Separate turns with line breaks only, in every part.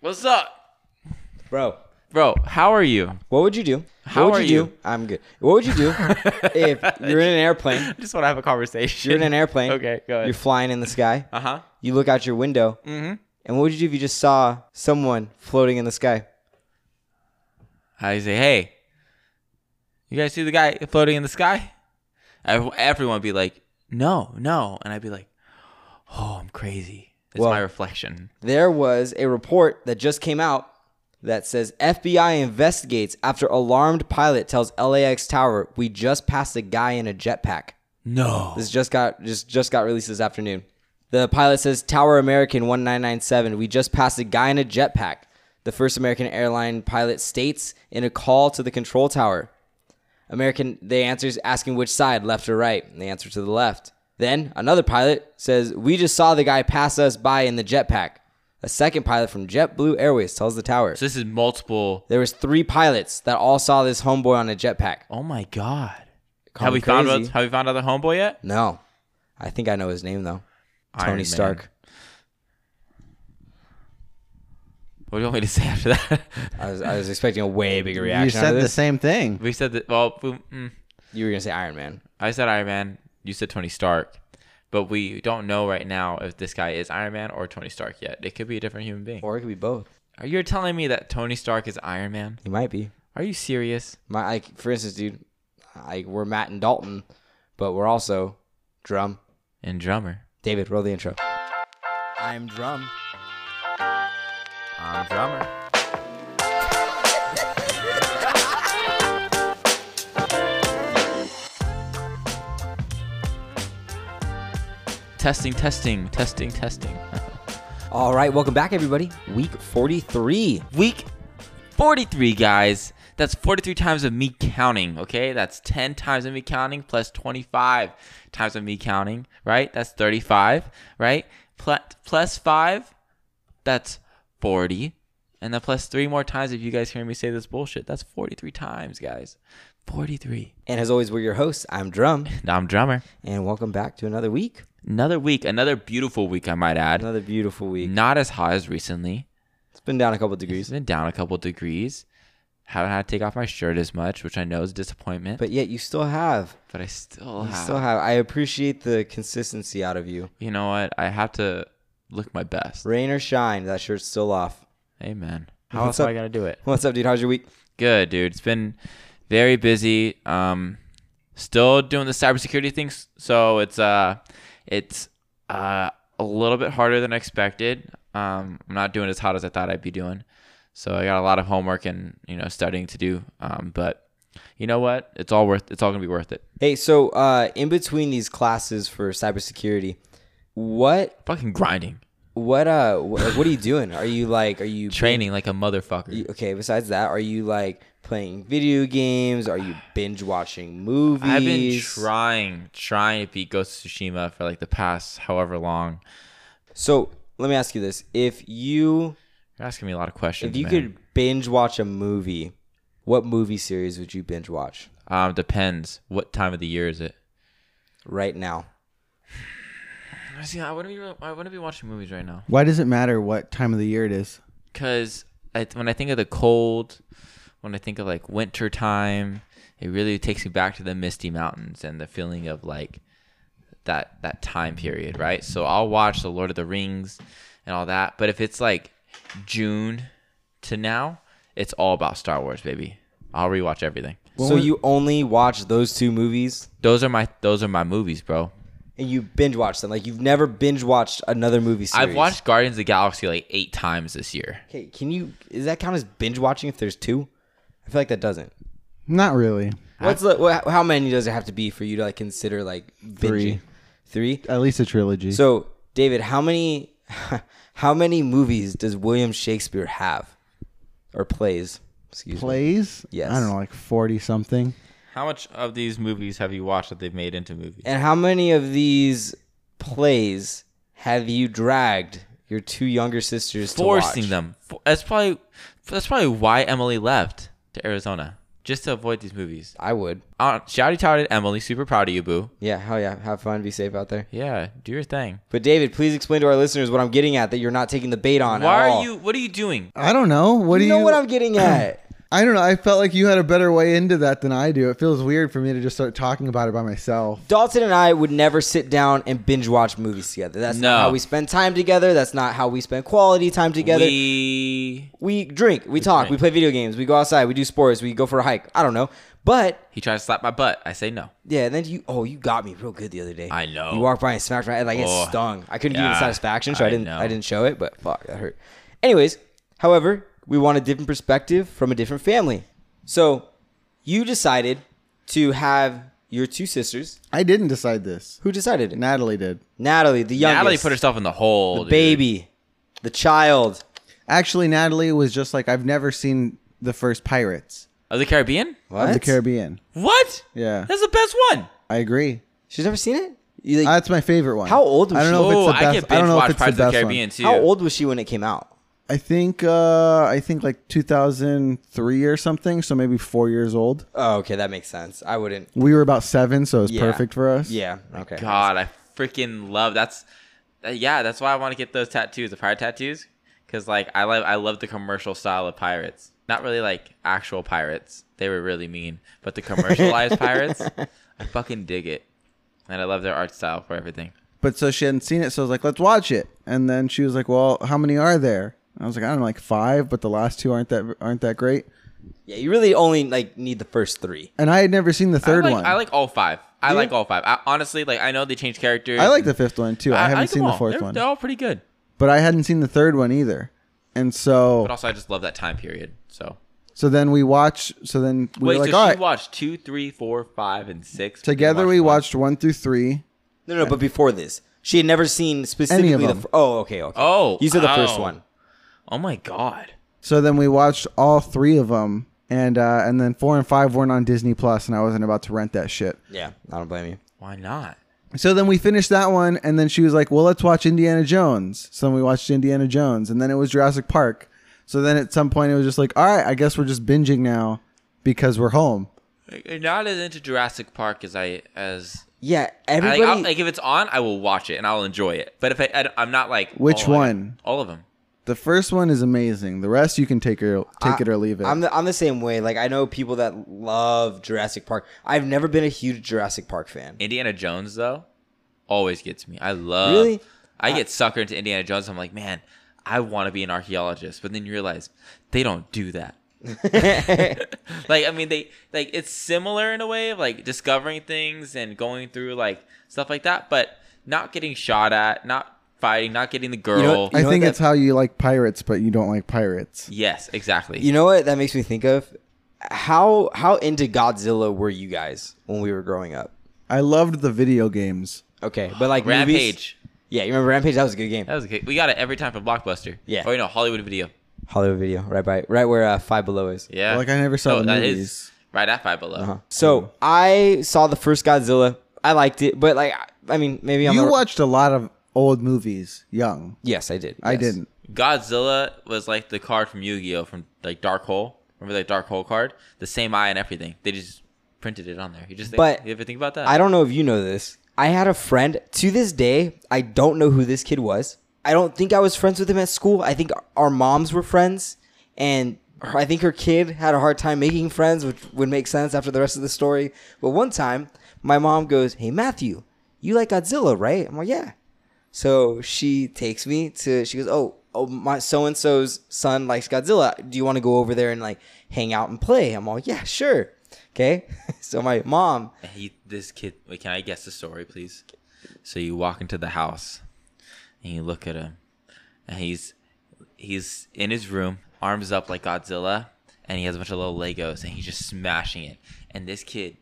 What's up,
Bro,
bro? How are you?
what would you do?
How
what would
are
you, do?
you?
I'm good. What would you do if you're in an airplane?
I just want to have a conversation.
You're in an airplane.
Okay, go ahead.
You're flying in the sky.
Uh huh.
You look out your window. Mm-hmm. And what would you do if you just saw someone floating in the sky?
I say, hey, you guys see the guy floating in the sky? Ev- Everyone would be like, no, no. And I'd be like, oh, I'm crazy. It's
Well-
my reflection.
There was a report that just came out that says FBI investigates after alarmed pilot tells LAX tower we just passed a guy in a jetpack.
No.
This just got just just got released this afternoon. The pilot says Tower American 1997. We just passed a guy in a jetpack. The first American airline pilot states in a call to the control tower. American they answers asking which side, left or right, and they answer to the left. Then another pilot says, "We just saw the guy pass us by in the jetpack." A second pilot from JetBlue Airways tells the tower.
so this is multiple.
There was three pilots that all saw this homeboy on a jetpack.
Oh my God.
Call
Have
me
we, found
crazy.
out, have we found out the homeboy yet?
No. I think I know his name though. Tony
Iron Man.
Stark.
What do you want me to say after that?
I was, I was expecting a way bigger reaction.
You
out
said
of
the
this.
same thing.
we said that. Well, we, mm,
You were gonna say Iron Man.
I said Iron Man. You said Tony Stark. But we don't know right now if this guy is Iron Man or Tony Stark yet. It could be a different human being.
Or it could be both.
Are you telling me that Tony Stark is Iron Man?
He might be.
Are you serious?
My like for instance, dude, I we're Matt and Dalton, but we're also Drum.
And drummer.
David, roll the intro. I'm Drum.
I'm drummer. Testing, testing, testing, testing.
All right, welcome back everybody. Week 43.
Week 43, guys. That's 43 times of me counting, okay? That's 10 times of me counting plus 25 times of me counting, right? That's 35, right? Pl- plus 5, that's 40. And then plus 3 more times if you guys hear me say this bullshit. That's 43 times, guys. 43.
And as always, we're your hosts. I'm Drum,
Now I'm drummer.
and welcome back to another week.
Another week, another beautiful week, I might add.
Another beautiful week.
Not as hot as recently.
It's been down a couple
It's
degrees,
been down a couple degrees. Haven't had to take off my shirt as much, which I know is a disappointment. But,
but yet you still have.
I still
You
have.
still have. I appreciate the consistency out of you.
You know what? I have to look my best.
Rain or shine, that shirt's still off.
Amen. How
What's
else am
up?
I gonna do it?
What's up, dude? How's your week?
Good, dude. It's been very busy. Um, still doing the cybersecurity things, so it's uh, it's uh a little bit harder than expected. Um, I'm not doing as hot as I thought I'd be doing, so I got a lot of homework and you know studying to do. Um, but you know what? It's all worth. It's all gonna be worth it.
Hey, so uh, in between these classes for cybersecurity, what
Fucking grinding,
what uh wh- like, what are you doing? Are you like are you
training like a motherfucker.
you- okay? Besides that, are you like playing video games? Are you binge watching movies?
I've been trying, trying to beat Ghost of Tsushima for like the past however long.
so let me ask you this: If you
You're asking me a lot of questions.
if you
man.
could binge watch a movie, what movie series would you binge watch
um, depends. What time of the year is it?
right now?
See, I wouldn't be. real- I wouldn't be watching movies right now
Why does it matter what time of the year it is?
because when I think of the cold, when I think of like winter time, it really takes me back to the misty mountains and the feeling of like that that time period, right? So I'll watch The Lord of the Rings and all that. But if it's like June to now, it's all about Star Wars, baby. I'll rewatch everything.
so you only watch those two movies
Those are my those are my movies, bro.
and you binge watch them. Like you've never binge watched another movie series.
I've watched Guardians of the Galaxy like eight times this year.
Okay, can you? Does that count as binge watching if there's two? I feel like that doesn't.
Not really.
What's the, wha- how many does it have to be for you to like consider like binging? Three.
At least a trilogy.
So, David, how many how many movies does William Shakespeare have or plays? Excuse me.
plays?
Yes.
I don't know, like 40 something.
How much of these movies have you watched that they've made into movies?
And how many of these plays have you dragged your two younger sisters to watch?
Forcing them. Fo- That's probably that's probably why Emily left to Arizona. just to avoid these movies.
I would.
Uh, Shouty touted Emily. Super proud of you, boo.
Yeah, hell yeah. Have fun. Be safe out there.
Yeah, do your thing.
But David, please explain to our listeners what I'm getting at that you're not taking the bait on.
Why are
at all.
you? What are you doing?
I don't know. What
You
do you
know what I'm getting at.
I don't know. I felt like you had a better way into that than I do. It feels weird for me to just start talking about it by myself.
Dalton and I would never sit down and binge watch movies together. That's
No.
not how we spend time together. That's not how we spend quality time together. We,
We,
drink, we, talk,
drink.
we play video games, we go outside, we do sports, we go for a hike. I don't know. But
he tried to slap my butt. I say no.
yeah, and then you oh, you got me real good the other day.
I know.
You walked by and smacked my head like
Oh,
it stung. I couldn't give you
yeah,
the satisfaction, so I,
I
didn't
know.
I didn't show it, but fuck, that hurt. Anyways, however, we want a different perspective from a different family. So you decided to have your two sisters.
I didn't decide this.
Who decided it?
Natalie did.
Natalie, the youngest.
Natalie put herself in the hole.
the
dude.
baby, the child.
Actually, Natalie was just like, I've never seen the first Pirates
of the Caribbean.
What?
of the Caribbean.
What?
Yeah,
That's the best one.
I agree.
She's never seen it. You, like,
That's my favorite one.
How old was
I don't
she?
know
Oh,
if it's the
I
best.
get
I, don't
binge
know if
watch
it's the
Pirates of
best
the Caribbean too.
how old was she when it came out?
one. I think uh, I think like 2003 or something. So maybe four years old.
Oh, okay, that makes sense. I wouldn't.
We were about seven, so it's
Yeah.
perfect for us.
Yeah. Okay.
God, I freaking love that's. that- yeah, that's why I want to get those tattoos, the pirate tattoos, because like I love I love the commercial style of pirates. Not really like actual pirates; they were really mean, but the commercialized pirates, I fucking dig it, and I love their art style for everything.
But so she hadn't seen it, so I was like, let's watch it. And then she was like, well, how many are there? And I was like, I don't know, like five, but the last two aren't that aren't that great.
Yeah, you really only like need the first three.
And I had never seen the third
I like,
one.
I like all five. I
Do you?
like all five. I, honestly, like I know they changed characters.
I like the fifth one too. I, haven't
like them
seen the
all.
4th
They're-
one,
They're all pretty good,
but I hadn't seen the third one either. And
but
so,
also I just love that time period. So
so then we watched. So then we
wait,
were like,
so
all
she
right.
watched two, three, four, five, and six.
Together we watched one through three.
No, no, but before this, she had never seen specifically the.
them.
Fr- oh, okay, okay.
Oh,
you said the first
oh.
one.
Oh my god.
So then we watched all three of them, and uh, and then four and five weren't on Disney Plus, and I wasn't about to rent that shit.
Yeah, I don't blame you.
Why not?
So then we finished that one, and then she was like, "Well, let's watch Indiana Jones." So then we watched Indiana Jones, and then it was Jurassic Park. So then at some point it was just like, "All right, I guess we're just binging now because we're home."
You're not as into Jurassic Park as I as
Yeah,
I,
everybody.
like, I'll, like if it's on, I will watch it and I'll enjoy it. But if I, I am not like
Which
oh, I-
one?
all of them.
The first one is amazing. The rest you can take or take it or leave it.
I'm the, I'm the same way. Like I know people that love Jurassic Park. I've never been a huge Jurassic Park fan.
Indiana Jones though, always gets me. I love.
Really?
I get sucker into Indiana Jones. I'm like, man, I want to be an archaeologist, but then you realize they don't do that. like I mean, they like it's similar in a way of like discovering things and going through like stuff like that, but not getting shot at, not fighting, not getting the girl.
know-
I
know
think
that-
it's how you like pirates, but you don't like pirates.
yes, exactly.
You know what that makes me think of? How how into Godzilla were you guys when we were growing up?
I loved the video games.
Okay, but like movies-
Rampage.
Yeah, you remember Rampage? That was a good game.
That was good. We got it every time for Blockbuster.
Yeah.
Or you know, Hollywood Video.
Hollywood Video, right by right where uh, Five Below is. Uh-huh.
Yeah.
Like, I never saw the
that is
movies. Uh-huh.
right at Five Below. Mm-hmm.
So I saw the first Godzilla. I liked it, but like I mean, maybe I'm
You
a-
watched a lot of old movies young.
Yes, I did.
I
yes.
didn't.
Godzilla was like the card from Yu-Gi-Oh from like Dark Hole. Remember that Dark Hole card? The same eye and everything. They just printed it on there. You just think,
But
you ever think about that?
I don't know if you know this. I had a friend to this day. I don't know who this kid was. I don't think I was friends with him at school. I think our moms were friends, and her- I think her kid had a hard time making friends, which would make sense after the rest of the story. But one time, my mom goes, "Hey Matthew, you like Godzilla, right?" I'm like, "Yeah." So she takes me to. She goes, "Oh, oh, my so and so's son likes Godzilla. Do you want to go over there and like hang out and play?" I'm all, "Yeah, sure." Okay. So my mom
And he, this kid. Wait, can I guess the story, please? So you walk into the house, and you look at him, and he's he's in his room, arms up like Godzilla, and he has a bunch of little Legos, and he's just smashing it. And this kid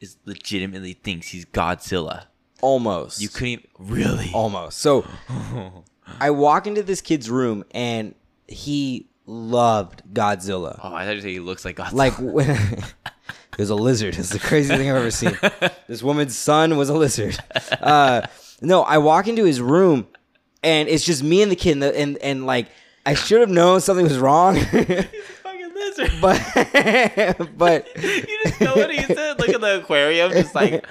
is legitimately thinks he's Godzilla.
Almost.
You couldn't really. Oh,
almost. So I walk into this kid's room and he loved Godzilla.
Oh, I thought you said he looks like Godzilla.
Like when it was a lizard. It's the craziest thing I've ever seen. This woman's son was a lizard. Uh, no, I walk into his room and it's just me and the kid and the, and, and like I should have known something was wrong.
Fucking answer.
but but
you just know what he said. Look at the aquarium, just like.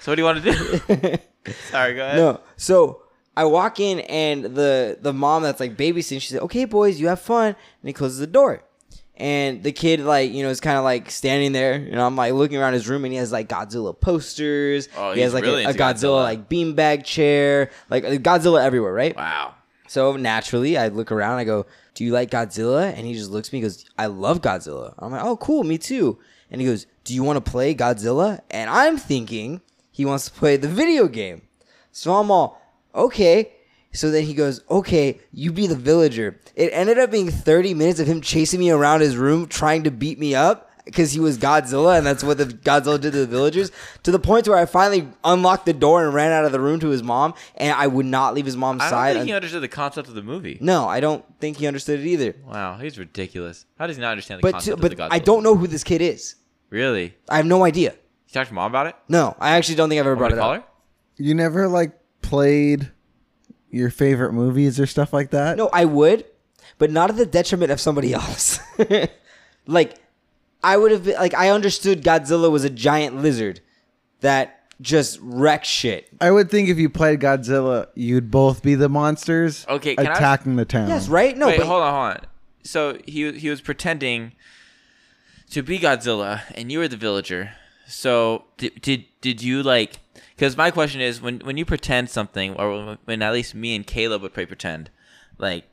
So what do you want to do? Sorry, go ahead.
no. So I walk in and the the mom that's like babysitting, she said, "Okay, boys, you have fun," and he closes the door. And the kid, like you know, is kind of like standing there, and I'm like looking around his room, and he has like Godzilla posters.
Oh,
he has
he's
like
really
a, a
into
Godzilla
Godzilla.
like beanbag chair, like Godzilla everywhere, right?
Wow.
So naturally, I look around. I go, "Do you like Godzilla?" And he just looks at me. and goes, "I love Godzilla." I'm like, "Oh, cool, me too." And he goes, "Do you want to play Godzilla?" And I'm thinking he wants to play the video game. So I'm all, "Okay." So then he goes, "Okay, you be the villager." It ended up being 30 minutes of him chasing me around his room trying to beat me up. Because he was Godzilla, and that's what the Godzilla did to the villagers. To the point where I finally unlocked the door and ran out of the room to his mom, and I would not leave his mom's
I don't
side.
think he
un-
understood the concept of the movie.
no, I don't think he understood it either.
Wow, he's ridiculous. How does he not understand the
But to,
concept of
but
the Godzilla?
I don't know who this kid is.
Really? You
I have no idea.
talked to mom about it?
No, I actually don't think I've ever
Want
brought
me
it
to call
up.
her?
You never like played your favorite movies or stuff like that.
No, I would, but not at the detriment of somebody else. like I would have been like I understood Godzilla was a giant lizard that just wrecks shit.
I would think if you played Godzilla, you'd both be the monsters.
Okay, can I-
attacking the town.
Yes, right? No,
Mm-hmm. Wait,
but
hold on, hold on. So he he was pretending to be Godzilla, and you were the villager. So did did, did you like? Because my question is, when when you pretend something, or when, when at least me and Caleb would play pretend, like,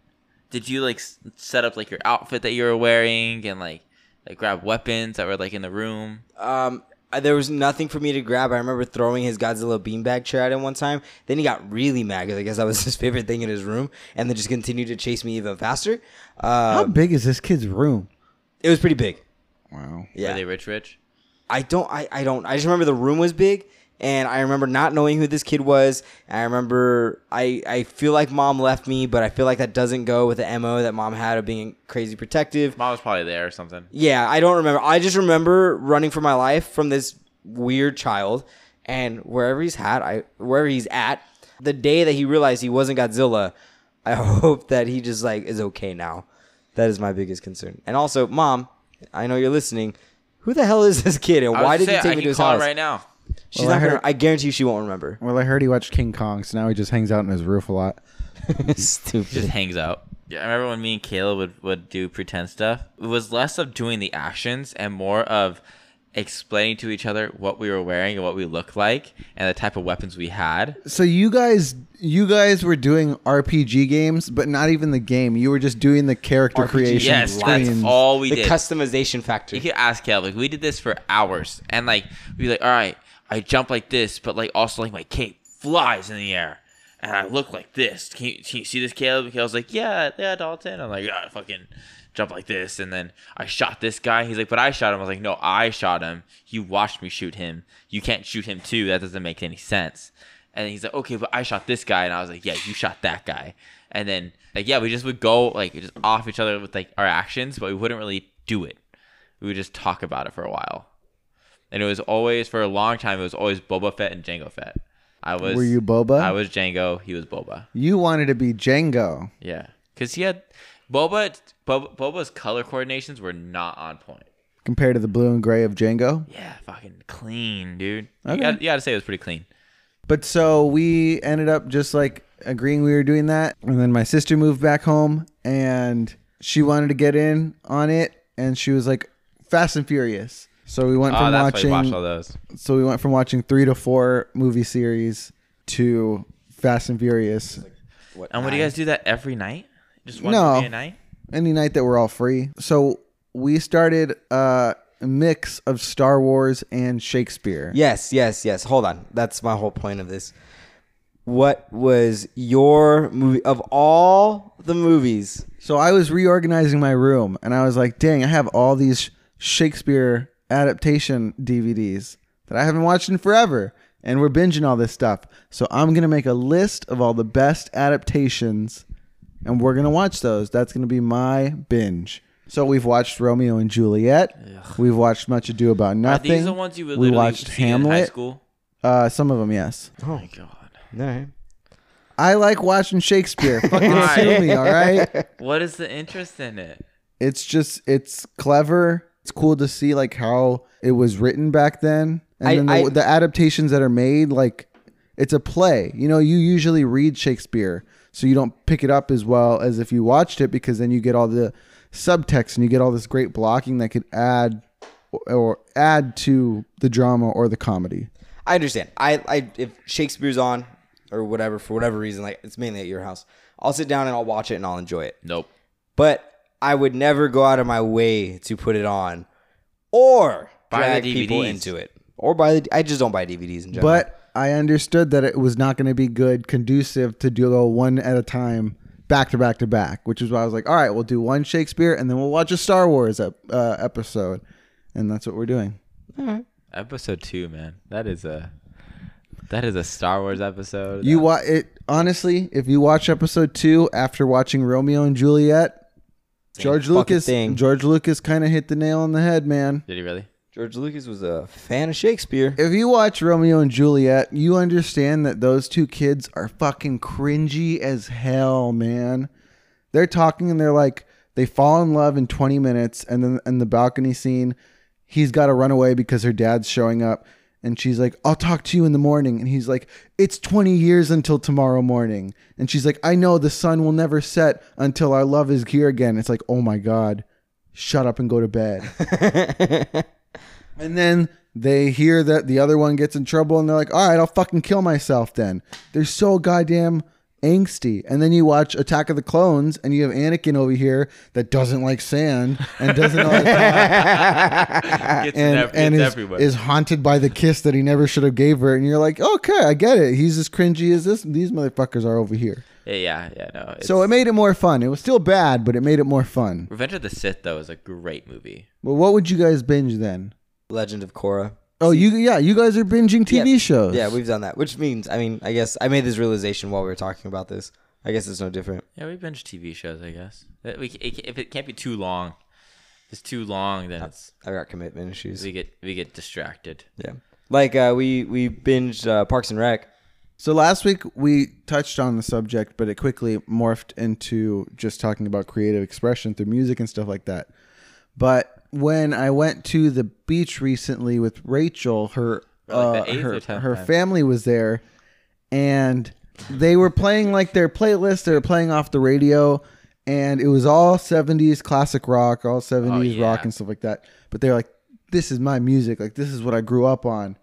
did you like s- set up like your outfit that you were wearing and like like grab weapons that were like in the room?
um, I- there was nothing for me to grab. I remember throwing his Godzilla beanbag chair at him one time. Then he got really mad because I guess that was his favorite thing in his room, and then just continued to chase me even faster.
How
Uh,
big is this kid's room?
it was pretty big.
Wow.
Were
Yeah,
they rich, rich?
I don't. I, I don't. I just remember the room was big, and I remember not knowing who this kid was. I remember. I I feel like mom left me, but I feel like that doesn't go with the mo that mom had of being crazy protective.
Mom was probably there or something.
Yeah, I don't remember. I just remember running for my life from this weird child, and wherever he's at, I wherever he's at, the day that he realized he wasn't Godzilla, I hope that he just like is okay now. That is my biggest concern. And also, mom, I know you're listening. Who the hell is this kid, and
I was gonna
why did you
say,
take
I
me
can
to his
call
house?
him right now?
She's
Well, Oh, I
not gonna.
heard-
I guarantee you, she won't remember.
Well, I heard he watched King Kong, so now he just hangs out in his roof a lot.
just
Stupid.
hangs out. Yeah, I remember when me and Kayla would, would do pretend stuff. It was less of doing the actions and more of explaining to each other what we were wearing and what we looked like and the type of weapons we had.
So you guys, you guys were doing RPG games, but not even the game. You were just doing the character
RPG
creation.
Yes, that's
screens.
all we
The
did.
customization factor.
you could ask Caleb. Like, we did this for hours, and like we'd be like, all right, I jump like this, but like also like my cape flies in the air, and I look like this. Can you, can you see this, Caleb? And Caleb's like, yeah, yeah, Dalton. I'm like, yeah, I fucking jump like this, and then I shot this guy. He's like, but I shot him. I was like, no, I shot him. You watched me shoot him. You can't shoot him too. That doesn't make any sense. And he's like, okay, but I shot this guy, and I was like, yeah, you shot that guy. And then like yeah, we just would go like just off each other with like our actions, but we wouldn't really do it we would just talk about it for a while. And it was always for a long time. It was always Boba Fett and Django Fett. I was.
Were you Boba?
I was Django. He was Boba.
You wanted to be Django.
Yeah, because he had Boba, Boba. Boba's color coordinations were not on point.
compared to the blue and gray of Django.
Yeah, fucking clean, dude.
Okay.
You, gotta, you gotta say it was pretty clean.
But so we ended up just like agreeing we were doing that. And then my sister moved back home and she wanted to get in on it and she was like Fast and Furious. So we went
Oh,
from
that's why you watched
watching
all those.
so we went from watching 3 to 4 movie series to Fast and Furious
What
And would you guys do that every night? Just one
No.
movie a night?
any night that we're all free. So we started uh, a mix of Star Wars and Shakespeare.
Yes, yes, yes. Hold on. That's my whole point of this. What was your movie of all the movies?
So I was reorganizing my room and I was like, dang, I have all these Shakespeare adaptation DVDs that I haven't watched in forever. And we're binging all this stuff. So I'm going to make a list of all the best adaptations and we're going to watch those. That's going to be my binge. So we've watched Romeo and Juliet. We've watched Much Ado About
Are
Nothing.
these the ones you would
we
literally
watched
see in high
Hamlet.
school?
Uh, some of them, yes.
Oh my god.
All right.
I like watching Shakespeare. Fucking
All right.
sue me, all right?
What is the interest in it?
it's just it's clever. It's cool to see like how it was written back then, and
I-
then the,
I-
the adaptations that are made. Like it's a play. You know, you usually read Shakespeare, so you don't pick it up as well as if you watched it, because then you get all the subtext and you get all this great blocking that could add or add to the drama or the comedy.
I understand. I, I if Shakespeare's on or whatever for whatever reason, like it's mainly at your house, I'll sit down and I'll watch it and I'll enjoy it.
Nope.
But I would never go out of my way to put it on or
Buy the
drag people
DVDs.
into it or buy the. I just don't buy DVDs in general.
But I understood that it was not going to be good, conducive to do go one at a time, back to back to back, which is why I was like, all right, we'll do one Shakespeare and then we'll watch a Star Wars ep- uh, episode. And that's what we're doing.
Episode two, man. That is a that is a Star Wars episode.
You wa- it honestly, if you watch episode two after watching Romeo and Juliet, George
fucking
Lucas,
thing.
George Lucas kind of hit the nail on the head, man.
Did he really?
George Lucas was a fan of Shakespeare.
If you watch Romeo and Juliet, you understand that those two kids are fucking cringy as hell, man. They're talking and they're like, they fall in love in 20 minutes, and then in the balcony scene, he's got to run away because her dad's showing up, and she's like, I'll talk to you in the morning. And he's like, It's 20 years until tomorrow morning. And she's like, I know the sun will never set until our love is here again. It's like, Oh my God, shut up and go to bed. And then they hear that the other one gets in trouble and they're like, all right, I'll fucking kill myself then. They're so goddamn angsty. And then you watch Attack of the Clones and you have Anakin over here that doesn't like sand and doesn't know how to talk
Gets
Ah, and, and is, is haunted by the kiss that he never should have gave her. And you're like, okay, I get it. He's as cringy as this. These motherfuckers are over here.
yeah, yeah, yeah. No. It's,
So it made it more fun. It was still bad, but it made it more fun.
Revenge of the Sith though is a great movie.
Well, what would you guys binge then?
Legend of Korra.
Oh, you yeah, you guys are binging TV
Yeah.
shows.
Yeah, we've done that, which means I mean, I guess I made this realization while we were talking about this. I guess it's no different.
Yeah, we binge TV shows, I guess. That We, it, if it can't be too long, if it's too long, then it's,
I've got commitment issues.
we get we get distracted.
Yeah, like uh, we we binged uh, Parks and Rec.
So last week we touched on the subject, but it quickly morphed into just talking about creative expression through music and stuff like that. But when I went to the beach recently with Rachel, her
like the
uh,
eighth
her,
or tenth
her
time.
family was there, and they were playing like their playlist. They were playing off the radio, and it was all '70s classic rock, all '70s rock
Oh, yeah.
and stuff like that. But they're like, "This is my music. Like this is what I grew up on,"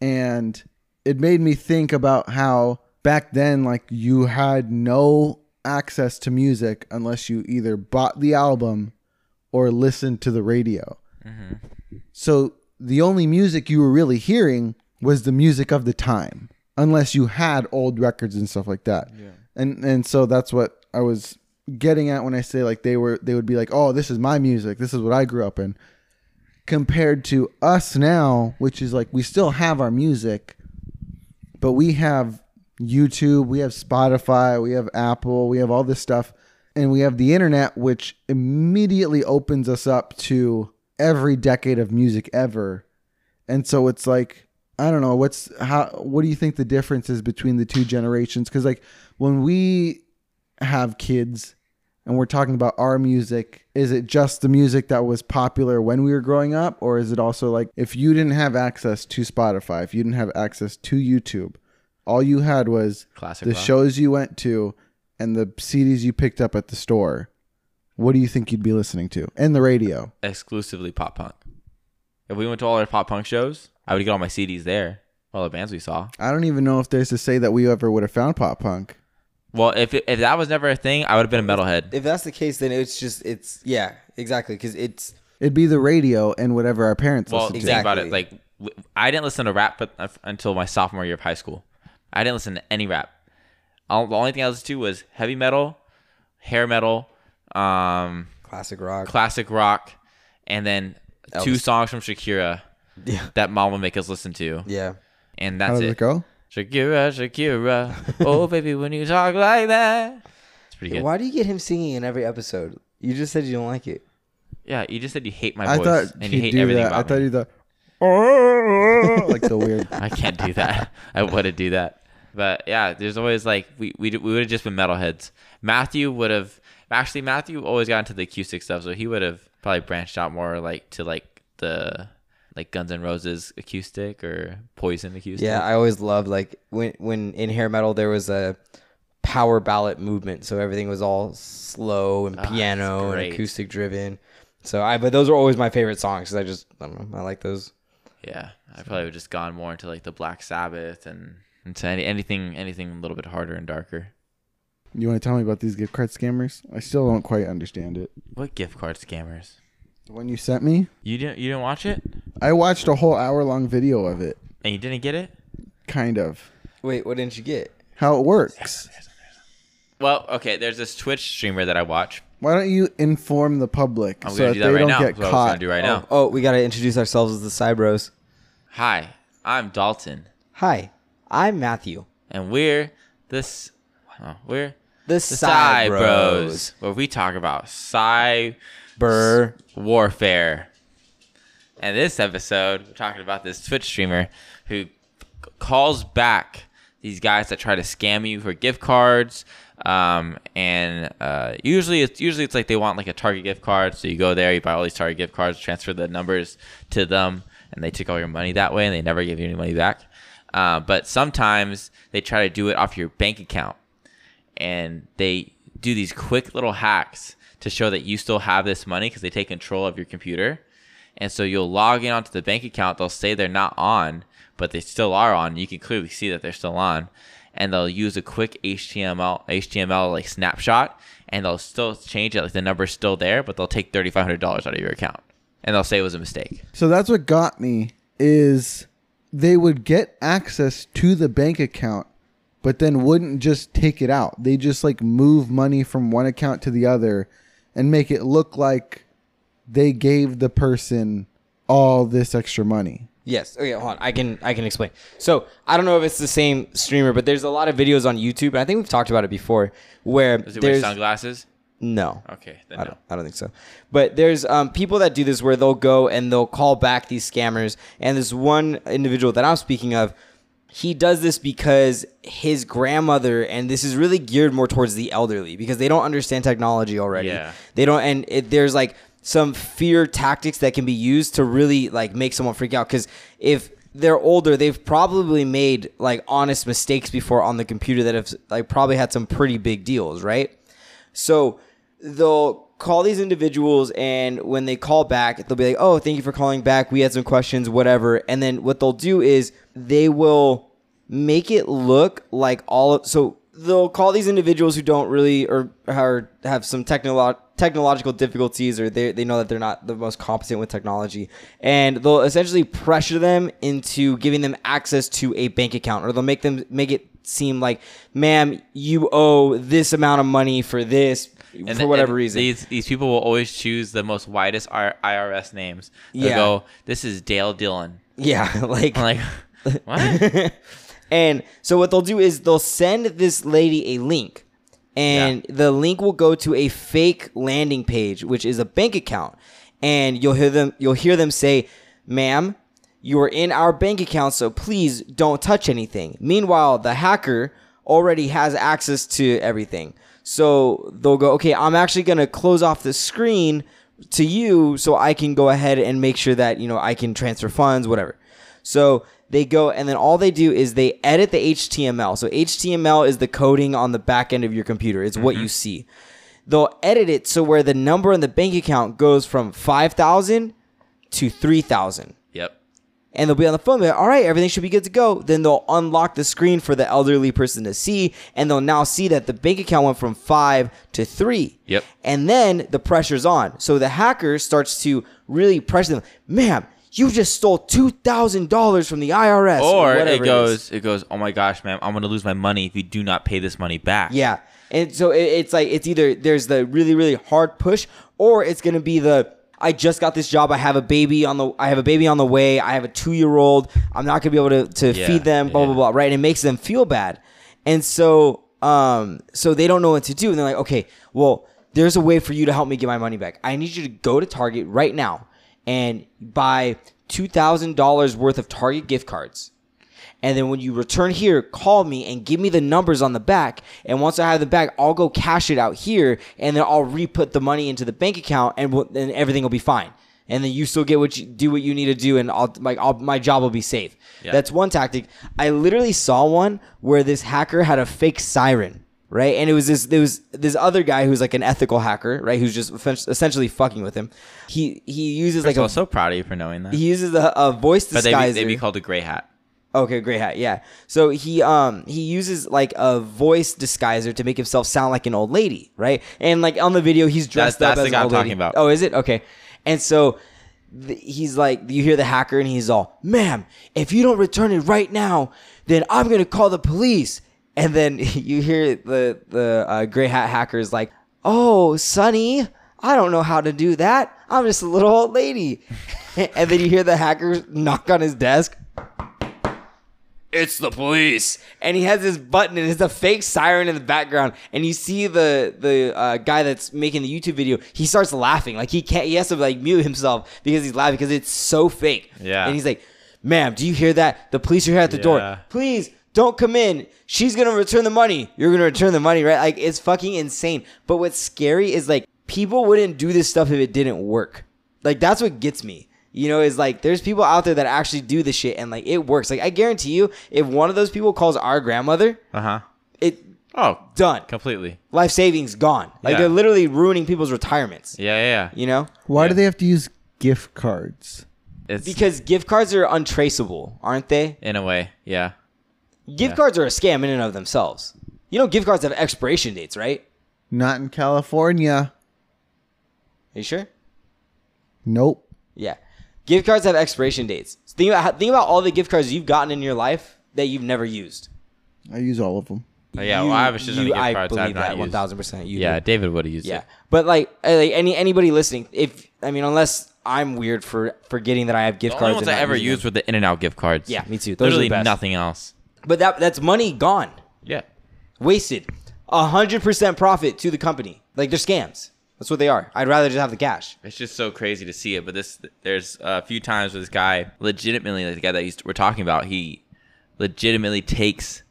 and it made me think about how back then like you had no access to music unless you either bought the album or listened to the radio so the only music you were really hearing was the music of the time unless you had old records and stuff like that and and so that's what i was getting at when i say like they were they would be like oh this is my music this is what i grew up in compared to us now, which is like we still have our music, but we have YouTube, we have Spotify, we have Apple, we have all this stuff, and we have the internet, which immediately opens us up to every decade of music ever. And so it's like, I don't know, what's how what do you think the difference is between the two generations? Because like when we have kids, and we're talking about our music, is it just the music that was popular when we were growing up? Or is it also like if you didn't have access to Spotify, if you didn't have access to YouTube, all you had was
Classic
the
rock.
shows you went to and the CDs you picked up at the store? What do you think you'd be listening to? And the radio.
exclusively pop punk. If we went to all our pop punk shows, I would get all my CDs there. All the bands we saw.
I don't even know if there's to say that we ever would have found pop punk.
Well, if it, if that was never a thing, I would have been a metalhead.
If that's the case, then it's just it's yeah exactly because it's
It'd be the radio and whatever our parents
well,
listened
think about it. Like,
Exactly.
w- I didn't listen to rap but, uh, until my sophomore year of high school. I didn't listen to any rap. All, the only thing I listened to was heavy metal, hair metal, um,
classic rock.
classic rock, and then two songs from Shakira
yeah,
that mom would make us listen to,
yeah.
and
to. How
that's
does
it.
it go?
Shakira, Shakira, oh baby, when you talk like that, it's pretty good.
Why do you get him singing in every episode? You just said you don't like it.
Yeah, you just said you hate my
I
voice
thought
and you
he'd
hate
do
everything
that. I
about
thought
me.
he'd the like the weird
I can't do that. I want to do that. But yeah, there's always like we we, we would have just been metalheads. Matthew would have Actually, Matthew always got into the acoustic stuff, so he would have probably branched out more like to like the like Guns N' Roses acoustic or Poison acoustic.
Yeah, I always loved like when when in hair metal there was a power ballad movement, so everything was all slow and
Ah, that's
piano and
great.
acoustic driven. So I but those are always my favorite songs because I just I don't know I like those.
yeah. I probably would have just gone more into like the Black Sabbath and into any, anything anything a little bit harder and darker.
You want to tell me about these gift card scammers? I still don't quite understand it.
What gift card scammers?
The one you sent me,
You didn't you didn't watch it
I watched a whole hour long video of it,
and you didn't get it.
kind of
Wait, what didn't you get?
how it works.
Well, okay. There's this Twitch streamer that I watch.
Why don't you inform the public
I'm
so
gonna
that
do
they
that right
don't
now.
get
That's what I was
caught?
gonna do right now.
Oh, we gotta introduce ourselves as the Cybros.
Hi, I'm Dalton,
Hi, I'm Matthew.
and we're this. Oh, we're
The,
the Psy
Cybros.
Bros, where we talk about Psy
Brr.
warfare. And this episode, we're talking about this Twitch streamer who c- calls back these guys that try to scam you for gift cards. Um, and uh, usually, it's usually it's like they want like a Target gift card, so you go there, you buy all these Target gift cards, transfer the numbers to them, and they take all your money that way, and they never give you any money back. Uh, but sometimes they try to do it off your bank account and they do these quick little hacks to show that you still have this money because they take control of your computer. And so you'll log in onto the bank account. They'll say they're not on, but they still are on. You can clearly see that they're still on. And they'll use a quick HTML HTML like snapshot, and they'll still change it. Like the number's still there, but they'll take thirty five hundred dollars out of your account, and they'll say it was a mistake.
So that's what got me is they would get access to the bank account but then wouldn't just take it out. They just like move money from one account to the other and make it look like they gave the person all this extra money.
Yes. Okay, hold on. I can I can explain. So I don't know if it's the same streamer, but there's a lot of videos on YouTube, and I think we've talked about it before. Where
Does it wear
there's
sunglasses?
no,
Okay, then
I don't,
no.
I don't think so. But there's um, people that do this where they'll go and they'll call back these scammers. And this one individual that I'm speaking of, he does this because his grandmother, and this is really geared more towards the elderly because they don't understand technology already.
Yeah.
They don't, and it, there's like some fear tactics that can be used to really like make someone freak out. Because if they're older, they've probably made like honest mistakes before on the computer that have like probably had some pretty big deals, right? So they'll call these individuals, and when they call back, they'll be like, "Oh, thank you for calling back. We had some questions, whatever." And then what they'll do is they will make it look like all of so they'll call these individuals who don't really or, or have some technolo- technological difficulties or they, they know that they're not the most competent with technology and they'll essentially pressure them into giving them access to a bank account or they'll make them make it seem like ma'am you owe this amount of money for this
And-
for whatever
and
reason
These these people will always choose the most widest R- IRS names. They'll
Yeah.
go, this is Dale Dillon.
yeah like
I'm like, what?
and so what they'll do is they'll send this lady a link and the link will go to a fake landing page which is a bank account and you'll hear them you'll hear them say ma'am you are in our bank account so please don't touch anything meanwhile the hacker already has access to everything so they'll go okay i'm actually going to close off the screen to you so i can go ahead and make sure that you know i can transfer funds whatever so they go and then all they do is they edit the HTML. So HTML is the coding on the back end of your computer. It's what you see. They'll edit it so where the number in the bank account goes from 5,000 to 3,000.
yep.
And they'll be on the phone. they're Like, all right, everything should be good to go. Then they'll unlock the screen for the elderly person to see, and they'll now see that the bank account went from five to three.
Yep.
And then the pressure's on. So the hacker starts to really pressure them. Ma'am, you just stole two thousand dollars from the IRS.
Or it
whatever is.
goes, it, goes, oh my gosh, ma'am, I'm gonna lose my money if you do not pay this money back.
Yeah. And so it, it's like it's either there's the really really hard push or it's going to be the I just got this job. I have a baby on the I have a baby on the way. I have a 2-year-old. I'm not going to be able to, to
Yeah,
feed them blah blah
yeah.
blah, right? And it makes them feel bad. And so um so they don't know what to do and they're like, "Okay, well, there's a way for you to help me get my money back. I need you to go to Target right now and buy $2,000 worth of Target gift cards." And then when you return here, call me and give me the numbers on the back. And once I have the back, I'll go cash it out here, and then I'll re put the money into the bank account, and we'll- then everything will be fine. And then you still get what you do what you need to do, and I'll like I'll, my job will be safe. That's one tactic. I literally saw one where this hacker had a fake siren right? And it was this there was this other guy who's like an ethical hacker, right? Who's just effen- essentially fucking with him. He he uses like
I was
a
so proud of you for knowing that.
he uses a, a voice
but they'd be,
disguiser.
they'd be called a gray hat.
Okay, gray hat. Yeah. So he um he uses like a voice disguiser to make himself sound like an old lady, right? And like on the video, he's dressed
That's-
up
that's the
as an
guy I'm
old lady.
talking about.
Oh, is it okay? And so th- he's like, you hear the hacker, and he's all, "Ma'am, if you don't return it right now, then I'm gonna call the police." And then you hear the the uh, gray hat hacker is like, "Oh, Sonny, I don't know how to do that. I'm just a little old lady." and then you hear the hacker knock on his desk it's the police and he has this button and it's a fake siren in the background and you see the the uh, guy that's making the youtube video he starts laughing like he can't he has to like mute himself because he's laughing because it's so fake
Yeah.
and he's like ma'am do you hear that the police are here at the door
Yeah.
please don't come in she's gonna return the money you're gonna return the money right like it's fucking insane but what's scary is like people wouldn't do this stuff if it didn't work like that's what gets me you know is like there's people out there that actually do this shit and like it works like i guarantee you if one of those people calls our grandmother
Uh huh.
it
Oh,
done
completely.
life savings gone like
Yeah.
they're literally ruining people's retirements
Yeah, yeah. yeah.
you know
Why do they have to use gift cards?
It's
because gift cards are untraceable aren't they
in a way, yeah.
gift cards are a scam in and of themselves you know gift cards have expiration dates right
Not in California.
Are you sure?
Nope.
Yeah. Gift cards have expiration dates. So think about think about all the gift cards you've gotten in your life that you've never used.
I use all of them.
Oh, yeah, well, I was just gonna
you-
gift
I
cards I've
believe
not
that
used.
one thousand percent. You
Yeah,
do.
David would have used
yeah.
it.
But like, uh, like any anybody listening, if I mean, unless I'm weird for forgetting that I have gift
The only
cards.
ones
and
I
not
ever
using them.
used were the In and Out gift cards.
Yeah, me too. Those are the
Literally
best.
nothing else.
But that that's money gone,
Yeah.
wasted. A hundred percent profit to the company. Like they're scams. That's what they are. I'd rather just have the cash.
It's just so crazy to see it. But this, there's a few times where this guy, legitimately, like the guy that he's, we're talking about, he legitimately takes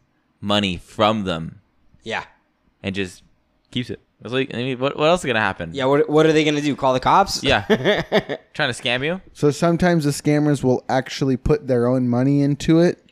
money from them
Yeah.
and just keeps it. It's like, I mean, what, what else is gonna happen?
Yeah. What what are they gonna do? Call the cops?
yeah. Trying to scam you?
So sometimes the scammers will actually put their own money into it,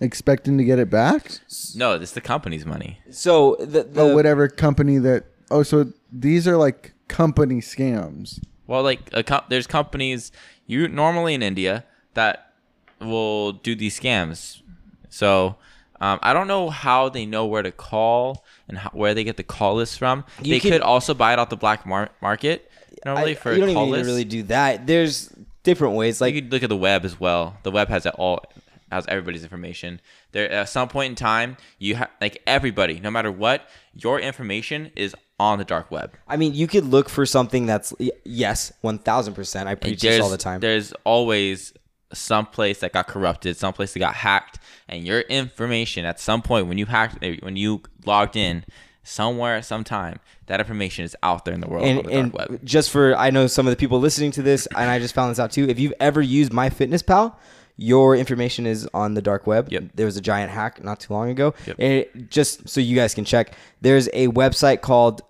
expecting to get it back.
No, this is the company's money.
So the, the
or whatever company that. Oh, so these are like company scams.
Well, like a co- there's companies you normally in India that will do these scams. So um, I don't know how they know where to call and how, where they get the call list from.
You
they
can-
could also buy it off the black mar- market normally
I-
for
you don't
a call
even need
list.
to really do that. There's different ways. Like
you could look at the web as well. The web has it all has everybody's information. There at some point in time, you ha- like everybody, no matter what, your information is on the dark web.
I mean, you could look for something that's y- yes, one thousand percent. I preach this
there's-
all the time.
There's always some place that got corrupted, some place that got hacked, and your information at some point when you hacked, eh, when you logged in somewhere, sometime, that information is out there in the world
and
on the
and
dark web.
just for I know some of the people listening to this, and I just found this out too. If you've ever used MyFitnessPal, your information is on the dark web.
Yep.
There was a giant hack not too long ago.
Yep.
And it- just so you guys can check, there's a website called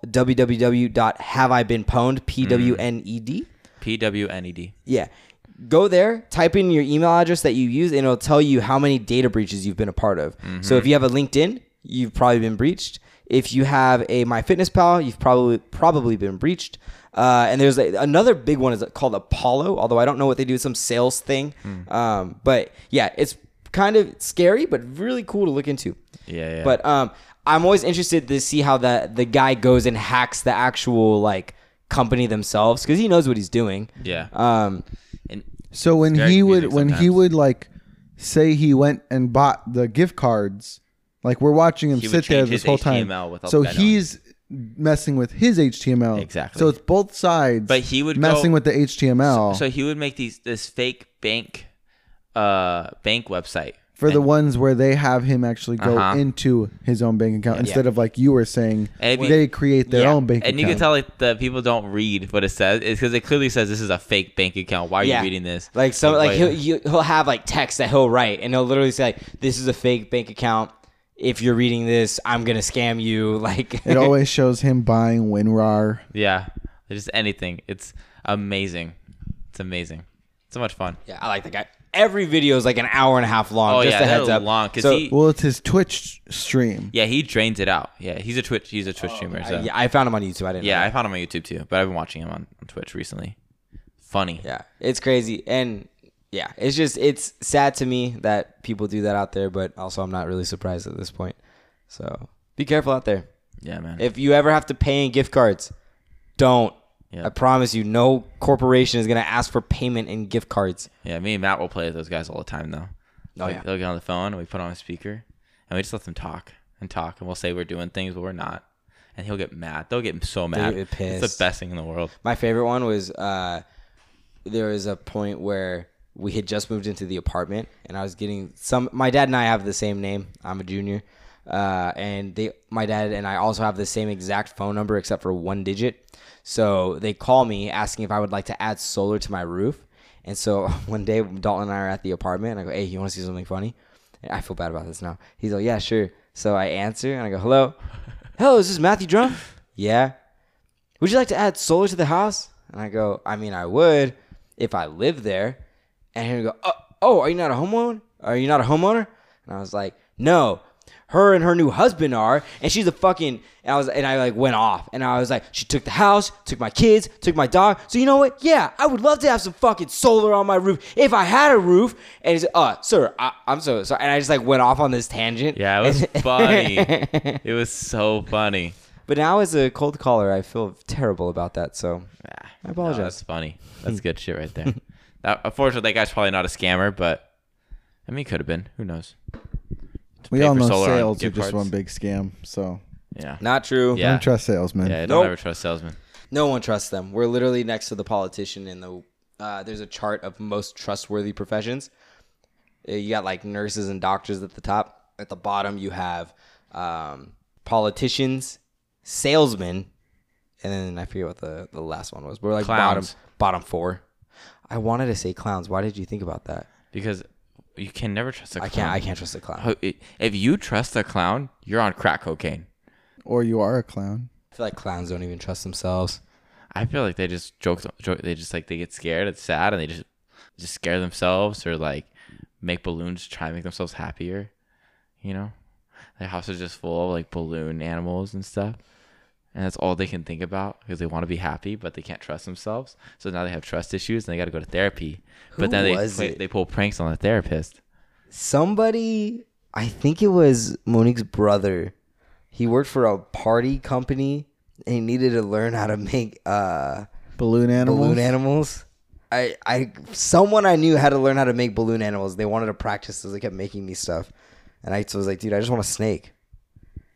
www.haveibeenpwned, P W N E D.
P W N E D.
Yeah. Go there, type in your email address that you use, and it'll tell you how many data breaches you've been a part of. So
Mm-hmm.
if you have a LinkedIn, you've probably been breached. If you have a MyFitnessPal, you've probably probably been breached. Uh, and there's a, another big one is called Apollo, although I don't know what they do. It's some sales thing.
Hmm.
Um, but yeah, it's kind of scary, but really cool to look into.
Yeah, yeah.
But um, I'm always interested to see how the the guy goes and hacks the actual like company themselves because he knows what he's doing.
Yeah.
Um,
and
So when
very
he would
confusing
when he
sometimes.
would like say he went and bought the gift cards, like we're watching him
He would
sit there
change
this
his
whole time.
HTML with
so
Albedo.
he's messing with his HTML.
Exactly.
So it's both sides.
But he would
messing
go-
with the
oh.
HTML
so he would make these this fake bank, uh, bank website
for the ones where they have him actually go
Uh-huh.
into his own bank account instead of like you were saying
And if you-
they create their
Yeah.
own bank account.
and you can tell like the people don't read what it says because it clearly says this is a fake bank account. Why are you reading this?
Like some, like
wait.
he'll you, he'll have like text that he'll write, and he'll literally say, like, "This is a fake bank account. If you're reading this, I'm gonna scam you." Like
it always shows him buying WinRAR.
yeah, just anything. It's amazing. It's amazing. So much fun.
Yeah, I like that guy. Every video is like an hour and a half long.
Oh
just
yeah,
a
they're
heads up.
long because
So-
he
Well, it's his Twitch stream.
yeah he drains it out. Yeah, he's a Twitch he's a Twitch streamer. So.
Oh, I,
yeah,
yeah, I found him on YouTube. I didn't. know
I found him on YouTube too, but I've been watching him on, on Twitch recently. Funny.
Yeah, it's crazy, and yeah, it's just it's sad to me that people do that out there, but also I'm not really surprised at this point. So be careful out there.
Yeah, man.
If you ever have to pay in gift cards, don't.
Yeah.
I promise you, no corporation is gonna ask for payment in gift cards.
Yeah, me and Matt will play with those guys all the time though.
Oh,
Like,
yeah.
They'll get on the phone and we put on a speaker and we just let them talk and talk and we'll say we're doing things but we're not. And he'll get mad. They'll get so mad.
get
It's
pissed.
the best thing in the world.
My favorite one was uh, there was a point where we had just moved into the apartment, and I was getting some. My dad and I have the same name. I'm a junior, uh, and they, my dad and I also have the same exact phone number except for one digit. So they call me asking if I would like to add solar to my roof. And so one day, Dalton and I are at the apartment, and I go, "Hey, you want to see something funny?" I feel bad about this now. He's like, "Yeah, sure." So I answer, and I go, "Hello, hello, is this Matthew Drum?" yeah. Would you like to add solar to the house? And I go, I mean, I would if I lived there. And he would go, oh, oh, are you not a homeowner? Are you not a homeowner? And I was like, no. Her and her new husband are, and she's a fucking. And I was, and I like went off, and I was like, she took the house, took my kids, took my dog. So you know what? Yeah, I would love to have some fucking solar on my roof if I had a roof. And he's, uh, sir, I, I'm so sorry. And I just like went off on this tangent.
Yeah, it was funny. It was so funny.
But now as a cold caller, I feel terrible about that. So I apologize.
No, that's funny. That's good shit right there. That, unfortunately, that guy's probably not a scammer, but I mean, could have been. Who knows?
We
pay
all
for
know
solar on
sales are
gift
just
cards.
one big scam. So
Yeah.
Not true.
Yeah.
don't trust salesmen.
Yeah. Don't
Nope.
ever trust salesmen.
No one trusts them. We're literally next to the politician in the. Uh, there's a chart of most trustworthy professions. Uh, You got like nurses and doctors at the top. At the bottom, you have um, politicians, salesmen, and then I forget what the, the last one was. But we're like
Clowns.
bottom bottom four. I wanted to say clowns. Why did you think about that?
Because you can never trust a
I
clown.
can't. I can't trust a clown.
Ho- i- If you trust a clown, you're on crack cocaine.
Or you are a clown.
I feel like clowns don't even trust themselves.
I feel like they just joke, joke. They just like they get scared. It's sad, and they just just scare themselves or like make balloons try and make themselves happier. You know, their house is just full of like balloon animals and stuff, and that's all they can think about because they want to be happy, but they can't trust themselves. So now they have trust issues, and they got to go to therapy. but
Who
then they
was
play-
it?
they pull pranks on the therapist.
somebody i think it was monique's brother he worked for a party company and he needed to learn how to make uh
Balloon animals.
balloon animals i i someone i knew had to learn how to make balloon animals they wanted to practice so they kept making me stuff and i was like dude i just want a snake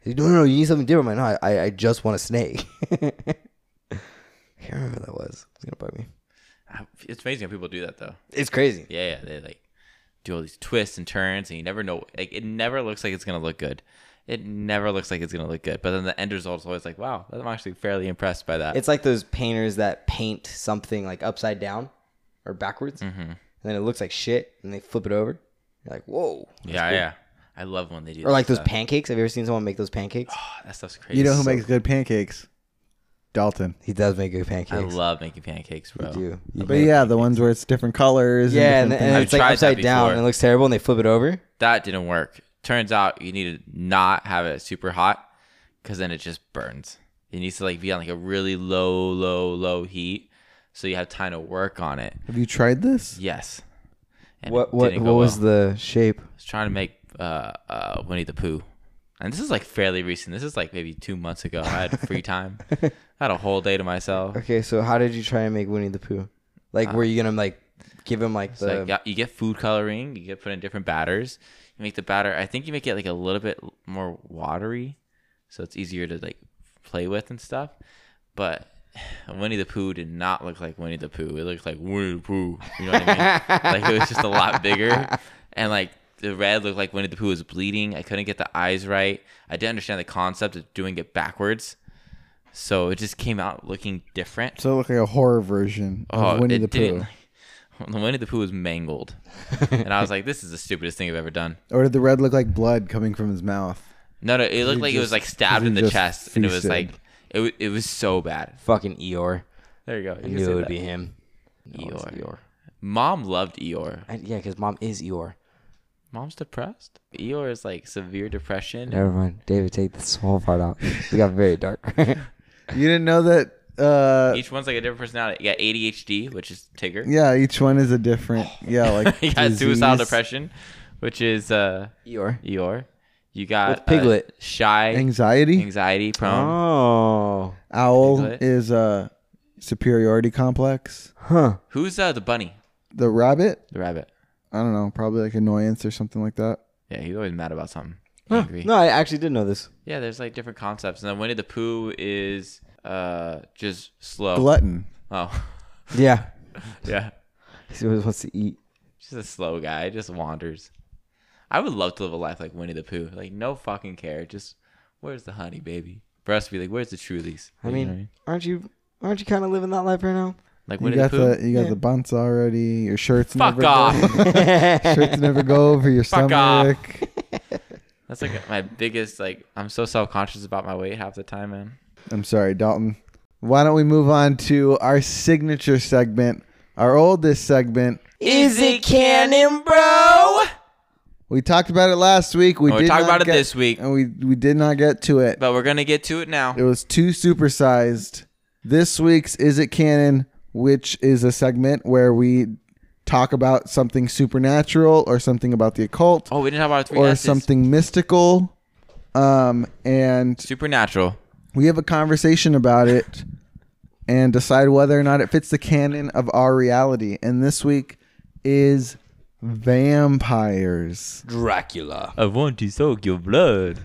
He's like, no no no you need something different I'm like, no i i just want a snake i can't remember what that was it's gonna bug me
I- It's amazing how people do that though.
it's crazy
Yeah, yeah, they like do all these twists and turns, and you never know. Like it never looks like it's gonna look good. It never looks like it's gonna look good. But then the end result is always like, wow, I'm actually fairly impressed by that.
It's like those painters that paint something like upside down or backwards,
Mm-hmm.
and then it looks like shit, and they flip it over. You're like, whoa!
yeah, yeah. I love when they do.
Or like
that
those pancakes. Have you ever seen someone make those pancakes?
stuff. that stuff's crazy.
You know who makes good pancakes? Dalton.
He does make good
I
pancakes.
love making pancakes, bro.
You do. You
But
make-
yeah, the ones where it's different colors.
yeah, and,
different
and
I've
it's like
tried that
upside down,
before.
and it looks terrible, and they flip it over.
That didn't work. Turns out you need to not have it super hot, because then it just burns. It needs to like be on like a really low, low, low heat, so you have time to work on it.
things. Have you tried this?
Yes. And
What
it
what
didn't
what
go
was
well.
the shape?
was trying to make uh, uh, Winnie the Pooh. And this is like fairly recent. This is like maybe two months ago. I had free time. I had a whole day to myself.
Okay, so how did you try and make Winnie the Pooh? Like, were you gonna like give him like
So
the?
Uh, like, yeah, you get food coloring. You get put in different batters. You make the batter. I think you make it like a little bit more watery, so it's easier to like play with and stuff. But Winnie the Pooh did not look like Winnie the Pooh. It looked like Winnie the Pooh. You know what I mean? like it was just a lot bigger, and like the red looked like Winnie the Pooh was bleeding. I couldn't get the eyes right. I didn't understand the concept of doing it backwards. So it just came out looking different.
So it looked like a horror version of Winnie
Oh, it
the
didn't-
Pooh.
The Winnie the Pooh was mangled, and I was like, "This is the stupidest thing I've ever done."
Or did the red look like blood coming from his mouth?
No, no, it looked like it was
just-
like stabbed
he
in the
just
chest, and it was
feasted.
like it. wa- It was so bad.
Fucking Eeyore.
There you go. You
I
can
knew
say
it would
that.
be him. No, it's
Eeyore. Mom loved Eeyore.
I, yeah, because mom is Eeyore.
Mom's depressed. Eeyore is like severe depression.
Never mind. David, take the small part out. We got very dark.
You didn't know that? Uh,
Each one's like a different personality. You got ADHD, which is Tigger.
yeah, each one is a different. Yeah, like
you got suicidal
disease,
depression, which is uh,
Eeyore.
Eeyore. You got
With Piglet.
uh, shy,
anxiety.
anxiety
Um,
prone.
Oh.
Owl
Piglet.
is uh, superiority complex.
Huh.
Who's uh, the bunny?
The rabbit,
The rabbit.
I don't know, probably like annoyance or something like that.
Yeah, he's always mad about something.
Huh.
Angry.
No, I actually did know this.
Yeah, there's like different concepts, and then Winnie the Pooh is uh just slow.
Glutton.
oh,
Yeah.
yeah,
He always wants to eat.
just a slow guy, just wanders. I would love to live a life like Winnie the Pooh, like no fucking care, just where's the honey, baby? For us to be like, where's the trulies?
I
You know
mean,
what
aren't you aren't you kind of living that life right now?
like
You
Winnie the
got
Pooh.
the, you got
Yeah.
the bunts already. Your shirts
Fuck
never
off!
Go, shirts never go over your
Fuck off.
stomach.
That's like my biggest like. I'm so self conscious about my weight half the time, man.
I'm sorry, Dalton. Why don't we move on to our signature segment, our oldest segment?
Is it canon, bro?
We talked about it last week. We
No, we're
did
talking
not
Oh, about it
get-
this week.
and we we did not get to it.
But we're gonna get to it now.
It was too supersized. This week's Is It Canon, which is a segment where we talk about something supernatural or something about the occult
Oh, we didn't talk about three
or
S's.
something mystical. Um, and
supernatural.
we have a conversation about it and decide whether or not it fits the canon of our reality. And this week is vampires.
Dracula.
I want to soak your blood.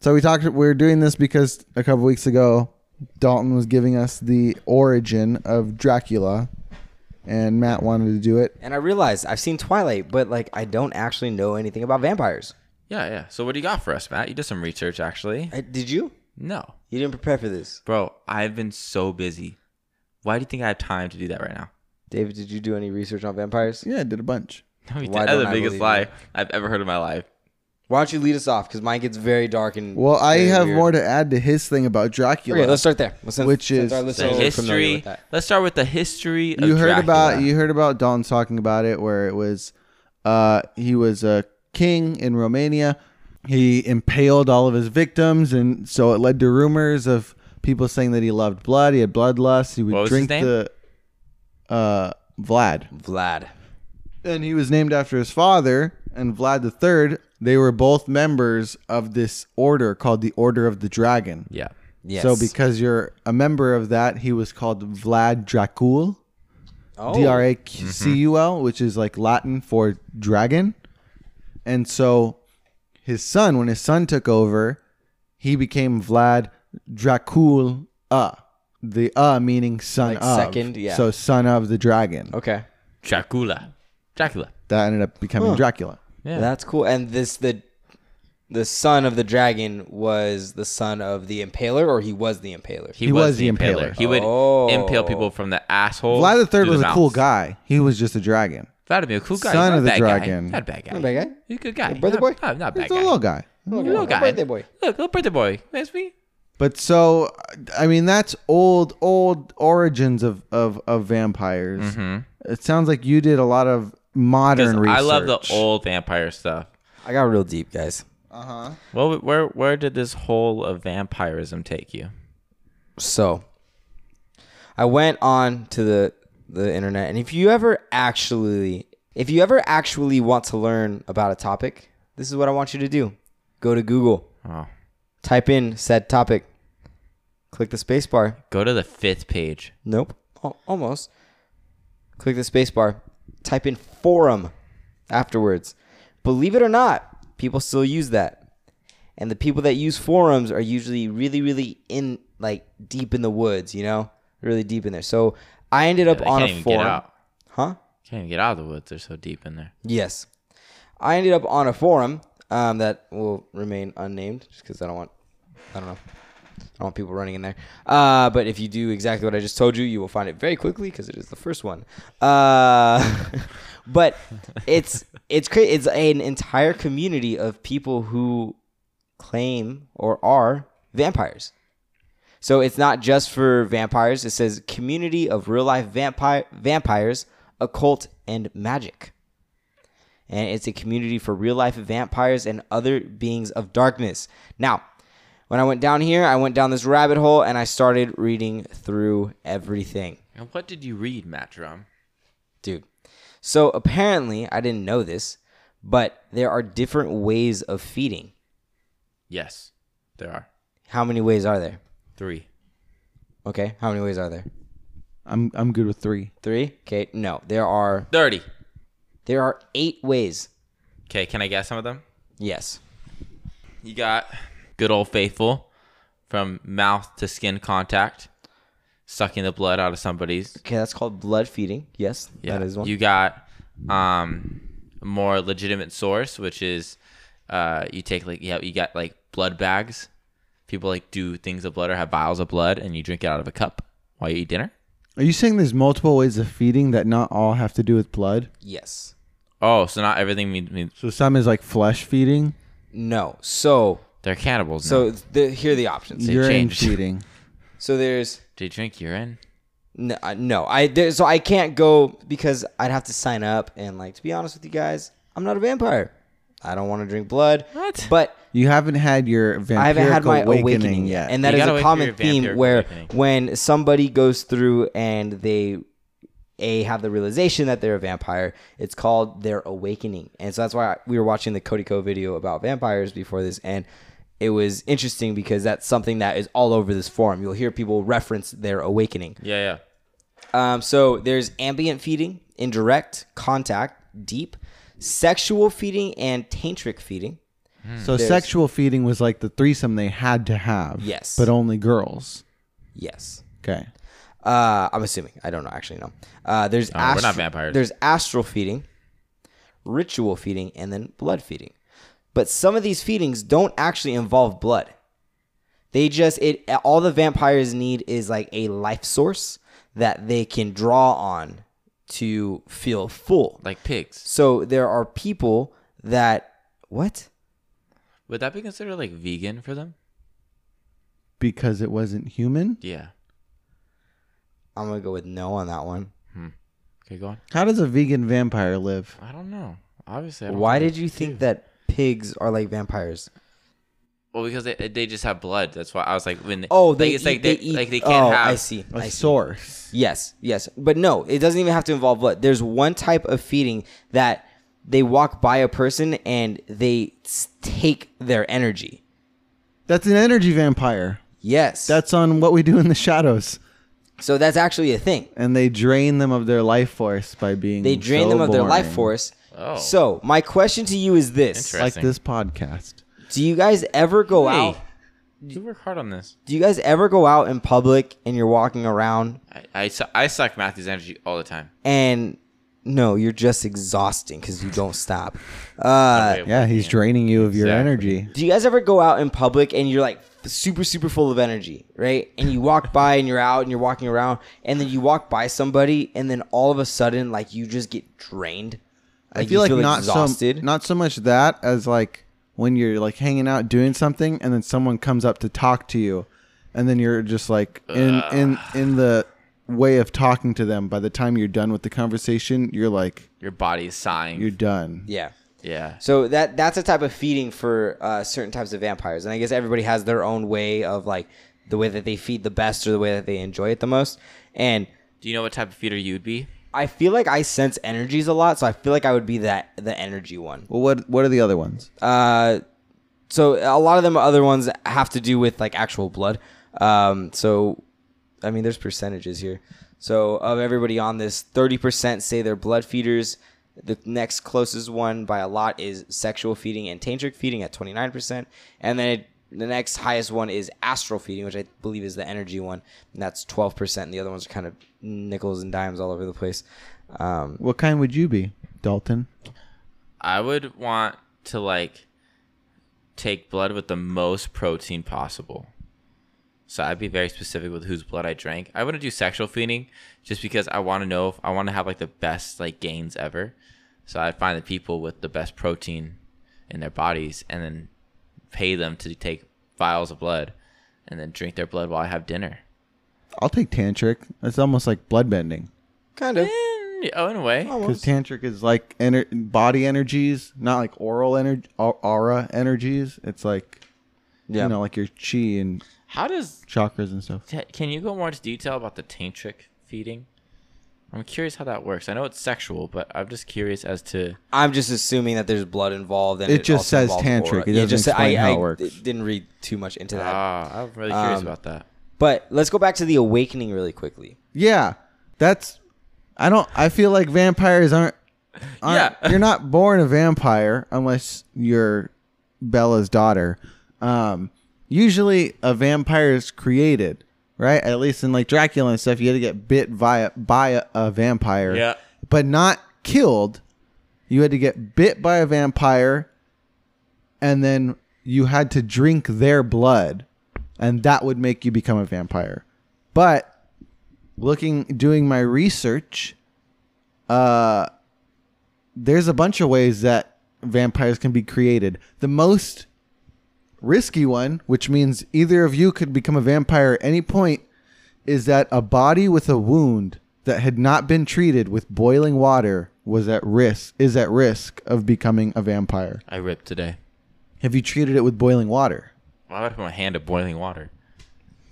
So we talked. We're doing this because a couple weeks ago, Dalton was giving us the origin of Dracula, and Matt wanted to do it.
And I realized I've seen Twilight, but like I don't actually know anything about vampires.
Yeah, yeah. So what do you got for us, Matt? You did some research, actually.
I, did you?
No,
You didn't prepare for this,
bro. I've been so busy. Why do you think I have time to do that right now?
David. Did you do any research on vampires?
Yeah, I did a bunch.
No, you
Why
did- That's
don't
the
I
biggest
believe
lie
you?
I've ever heard in my life.
Why don't you lead us off? Because mine gets very dark and
Well, I
very
have
weird.
more to add to his thing about Dracula.
Okay, let's start there. Well, since-
Which
since
is-
our listeners
The
are familiar
history.
with that.
Let's start with the history. Of
you heard
Dracula.
about you heard about Dalton talking about it, where it was, uh, he was a king in Romania. He impaled all of his victims, and so it led to rumors of people saying that he loved blood. He had bloodlust. He would
What was his
drink
name?
the, uh, Vlad.
Vlad.
and he was named after his father and Vlad the Third. They were both members of this order called the Order of the Dragon.
Yeah.
Yes.
So because you're a member of that, he was called Vlad Dracul,
oh, Mm-hmm.
D R A C U L, which is like Latin for dragon. And so his son, when his son took over, he became Vlad Dracul uh the uh meaning son
Like
of
second, yeah. Oh.
so son of the dragon
Okay.
Dracula. Dracula.
that ended up becoming Dracula
Yeah.
That's cool. And this the the son of the dragon was the son of the impaler, or he was the impaler.
He,
He
was,
was
the
the
impaler.
impaler.
He would
Oh.
impale people from the asshole.
Vlad the Third
through
was a cool
mouth.
guy. He was just a dragon.
Vlad would be a cool guy.
Son
Son not
of
of
the
bad dragon.
dragon.
Guy. Not a bad guy.
Not a bad guy?
He's a good guy. not,
brother boy?
Not, not a bad
He's a
guy.
little guy.
Little guy.
Birthday boy.
Look, little birthday boy. That's me.
But so, I mean, that's old, old origins of of, of vampires. It sounds like you did a lot of modern research.
Mm-hmm. I love the old vampire stuff.
I got real deep, guys.
Well, where where did this whole of vampirism take you?
So I went on to the the internet, and if you ever actually, if you ever actually want to learn about a topic, this is what I want you to do: go to Google,
Oh,
type in said topic, click the spacebar.
go to the fifth page.
Nope, Al almost. Click the spacebar, type in forum afterwards. Believe it or not, people still use that. And the people that use forums are usually really, really in like deep in the woods, you know, really deep in there. So I ended up
They
on
can't
a
even
forum,
get out.
huh?
Can't even get out of the woods. They're so deep in there.
Yes. I ended up on a forum um, that will remain unnamed just because I don't want, I don't know, I don't want people running in there. Uh, but if you do exactly what I just told you, you will find it very quickly because it is the first one. Uh, but it's it's cra- it's an entire community of people who claim or are vampires. So it's not just for vampires. It says community of real life vampire vampires, occult and magic. And it's a community for real life vampires and other beings of darkness. Now, when I went down here, I went down this rabbit hole and I started reading through everything.
And what did you read, Matt Drum?
Dude. So apparently, I didn't know this, but there are different ways of feeding.
Yes, there are
How many ways are there?
three.
Okay, how many ways are there?
I'm I'm good with three.
Three? Okay, no. There are
Thirty.
there are eight ways.
Okay, can I guess some of them?
Yes.
You got good old faithful, from mouth to skin contact, sucking the blood out of somebody's.
Okay, that's called blood feeding. Yes, that is one.
You got um a more legitimate source, which is uh you take like yeah, you got like blood bags. People like do things of blood or have vials of blood and you drink it out of a cup while you eat dinner.
Are you saying there's multiple ways of feeding that not all have to do with blood?
yes.
Oh, so not everything means, means
So some is like flesh feeding,
No. So
they're cannibals. now.
so the, here are the options.
They
urine
changed.
feeding.
So there's
do you drink urine?
no, I- uh, no I there, so I can't go because I'd have to sign up and like to be honest with you guys, I'm not a vampire. I don't want to drink blood.
What?
But
You haven't had your vampirical
I haven't had my
awakening,
awakening,
yet.
yet. And that
You
is
gotta wait
a
for
common
your
theme
vampiric
where
awakening.
when somebody goes through and they a have the realization that they're a vampire, it's called their awakening. And so that's why we were watching the Cody Co video about vampires before this and it was interesting because that's something that is all over this forum. You'll hear people reference their awakening.
Yeah, yeah.
Um, so there's ambient feeding, indirect, contact, deep, sexual feeding, and tantric feeding.
so sexual feeding was like the threesome they had to have.
Yes.
But only girls.
Yes.
Okay.
Uh, I'm assuming. I don't know. Actually, no. Uh, there's
Oh, we're not vampires.
There's astral feeding, ritual feeding, and then blood feeding. But some of these feedings don't actually involve blood. They just it all the vampires need is like a life source that they can draw on to feel full.
Like pigs.
So there are people that what?
Would that be considered like vegan for them?
Because it wasn't human?
Yeah.
I'm gonna go with no on that one.
Okay, go on.
How does a vegan vampire live?
I don't know. Obviously, I don't
Why
think
did you think that pigs are like vampires?
it- Well, because they, they just have blood. That's why I was like, when
Oh,
like,
they,
it's
eat,
like
they,
they,
eat.
like they can't
oh,
have
I see.
A
I see.
source.
Yes, yes, but no, it doesn't even have to involve blood. There's one type of feeding that they walk by a person and they s- take their energy.
That's an energy vampire.
Yes,
That's on what we do in the shadows.
so that's actually a thing.
And they drain them of their life force by being
They drain
Mm, so
them of their
boring.
life force.
Oh.
So my question to you is this:
Interesting.
Like this podcast.
Do you guys ever go
Hey,
out?
you work hard on this.
Do you guys ever go out in public and you're walking around
I, I, su- I suck Matthew's energy all the time.
and no, you're just exhausting because you don't stop. Uh,
Okay,
Yeah, he's draining you of your
Exactly.
energy.
Do you guys ever go out in public and you're like super, super full of energy, right? And you walk by and you're out and you're walking around, and then you walk by somebody, and then all of a sudden, like you just get drained.
I feel
you
like not
exhausted.
so not so much that as like when you're like hanging out doing something and then someone comes up to talk to you and then you're just like in in in the way of talking to them by the time you're done with the conversation you're like
Your body is sighing.
you're done.
yeah.
yeah.
So that that's a type of feeding for uh, certain types of vampires, and I guess everybody has their own way of like the way that they feed the best or the way that they enjoy it the most. And
Do you know what type of feeder you'd be?
I feel like I sense energies a lot, so I feel like I would be that the energy one.
Well what what are the other ones?
Uh, so a lot of them other ones have to do with like actual blood. Um, so I mean, there's percentages here. So of everybody on this, 30% say they're blood feeders. The next closest one by a lot is sexual feeding and tantric feeding at 29%, and then it, the next highest one is astral feeding, which I believe is the energy one, and that's 12%. And the other ones are kind of nickels and dimes all over the place. Um,
What kind would you be, Dalton?
I would want to like take blood with the most protein possible. So I'd be very specific with whose blood I drank. I wouldn't do sexual feeding just because I want to know if I want to have like the best like gains ever. So I'd find the people with the best protein in their bodies and then pay them to take vials of blood and then drink their blood while I have dinner.
I'll take tantric. It's almost like bloodbending
Kind of.
Eh, Oh, in a way.
because tantric is like ener- body energies, not like oral energy, aura energies. It's like
Yeah.
you know, like your chi and
How does
chakras and stuff.
T- Can you go more into detail about the tantric feeding? I'm curious how that works. I know it's sexual, but I'm just curious as to
I'm just assuming that there's blood involved. And
It just
also
says
involves
tantric.
aura.
It doesn't explain how it works.
d- didn't read too much into that.
ah, I'm really curious
Um,
about that.
but let's go back to the awakening really quickly.
Yeah, that's. I don't. I feel like vampires aren't. aren't
Yeah.
you're not born a vampire unless you're Bella's daughter. Um, usually a vampire is created, right? At least in like Dracula and stuff, you had to get bit via by a, a vampire.
Yeah.
but not killed. You had to get bit by a vampire, and then you had to drink their blood, and that would make you become a vampire. But looking doing my research uh there's a bunch of ways that vampires can be created the most risky one which means either of you could become a vampire at any point is that a body with a wound that had not been treated with boiling water was at risk is at risk of becoming a vampire
I ripped today.
have you treated it with boiling water
Why would I put my hand to boiling water?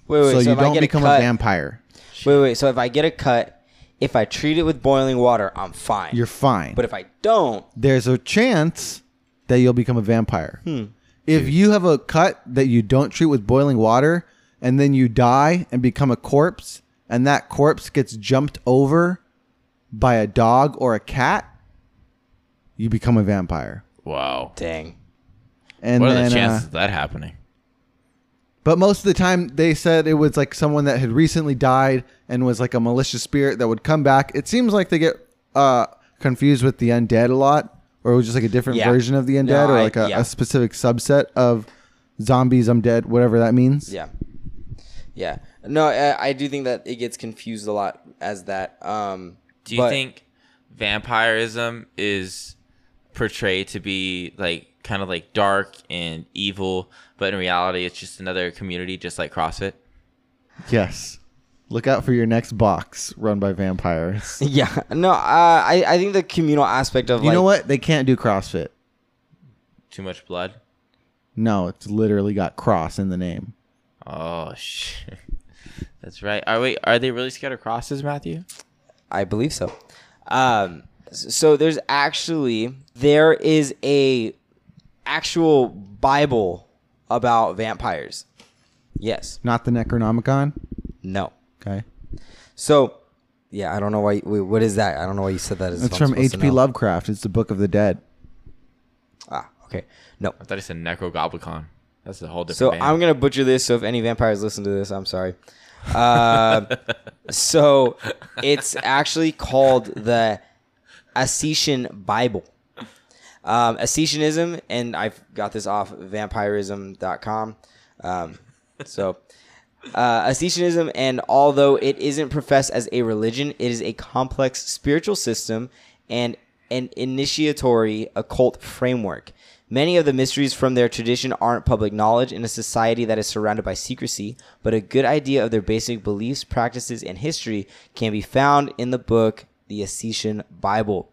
Wait, wait. So,
so, you
if I
don't
get
become
a
a
cut,
vampire
Wait, wait. So if I get a cut, if I treat it with boiling water, I'm fine.
you're fine
but if I don't,
there's a chance that you'll become a vampire.
Hmm.
If you have a cut that you don't treat with boiling water and then you die and become a corpse, and that corpse gets jumped over by a dog or a cat, you become a vampire.
Wow.
dang.
And
what are
then,
the
uh,
chances of that happening?
But most of the time, they said it was like someone that had recently died and was like a malicious spirit that would come back. It seems like they get uh, confused with the undead a lot, or it was just like a different
Yeah.
version of the undead,
No,
or
I-
like a,
yeah.
a specific subset of zombies, undead, whatever that means.
Yeah. Yeah. No, I, I do think that it gets confused a lot as that. Um,
Do you
but-
think vampirism is portrayed to be like kind of like dark and evil, but in reality, it's just another community, just like CrossFit?
Yes. Look out for your next box run by vampires.
Yeah. No, uh, I, I think the communal aspect of
you
like,
know what? They can't do CrossFit.
Too much blood?
No, it's literally got cross in the name.
Oh shit. That's right. Are we? Are they really scared of crosses, Matthew?
I believe so. Um, s- so there's actually there is a actual Bible about vampires. Yes.
Not the Necronomicon.
No.
Okay.
So, yeah, I don't know why. Wait, what is that? I don't know why you said that. as if
It's
I'm
from
supposed to
H.P.
know.
Lovecraft. It's the Book of the Dead.
Ah, okay. No.
I thought he said Necrogoblicon. That's a whole different.
So
band.
I'm gonna butcher this. So if any vampires listen to this, I'm sorry. Uh, so it's actually called the Accetian Bible. Um, Accetianism, and I've got this off vampirism.com. Um, so uh, Ascetianism, and although it isn't professed as a religion, it is a complex spiritual system and an initiatory occult framework. Many of the mysteries from their tradition aren't public knowledge in a society that is surrounded by secrecy, but a good idea of their basic beliefs, practices, and history can be found in the book, The Ascetian Bible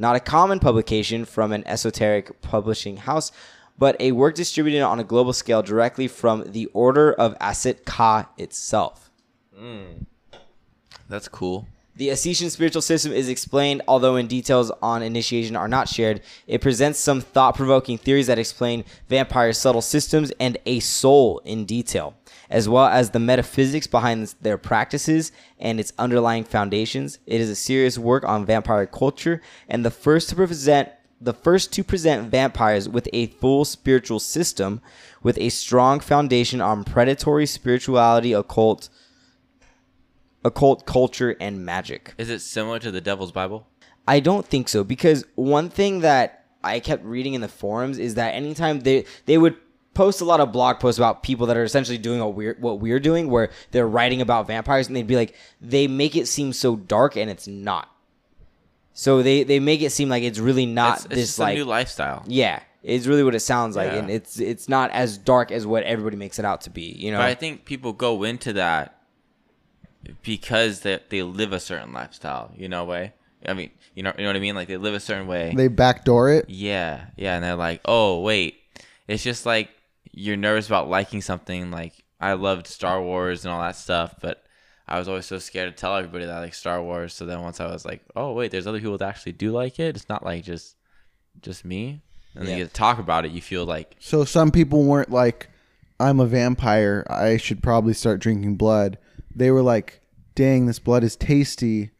not a common publication from an esoteric publishing house, but a work distributed on a global scale directly from the Order of Asit Ka itself.
That's cool.
The Assetian spiritual system is explained, although in details on initiation are not shared. It presents some thought provoking theories that explain vampires' subtle systems and a soul in detail, as well as the metaphysics behind their practices and its underlying foundations. It is a serious work on vampire culture and the first to present the first to present vampires with a full spiritual system with a strong foundation on predatory spirituality, occult occult culture and magic.
Is it similar to the Devil's Bible?
I don't think so because one thing that I kept reading in the forums is that anytime they they would post a lot of blog posts about people that are essentially doing a weird what we're doing, where they're writing about vampires, and they'd be like, they make it seem so dark, and it's not. So they they make it seem like it's really not
It's, it's
this
just
like
a new lifestyle.
yeah, it's really what it sounds like,
Yeah.
and it's it's not as dark as what everybody makes it out to be. You know,
But I think people go into that because they, they live a certain lifestyle, you know, way. I mean, you know, you know what I mean? Like they live a certain way.
They backdoor it.
yeah, yeah, and they're like, "Oh, wait." It's just like you're nervous about liking something like I loved Star Wars and all that stuff, but I was always so scared to tell everybody that I like Star Wars. So then once I was like, "Oh, wait, there's other people that actually do like it. It's not like just just me." And then
Yeah.
you get to talk about it, you feel like
So some people weren't like, I'm a vampire. I should probably start drinking blood. They were like, dang, this blood is tasty.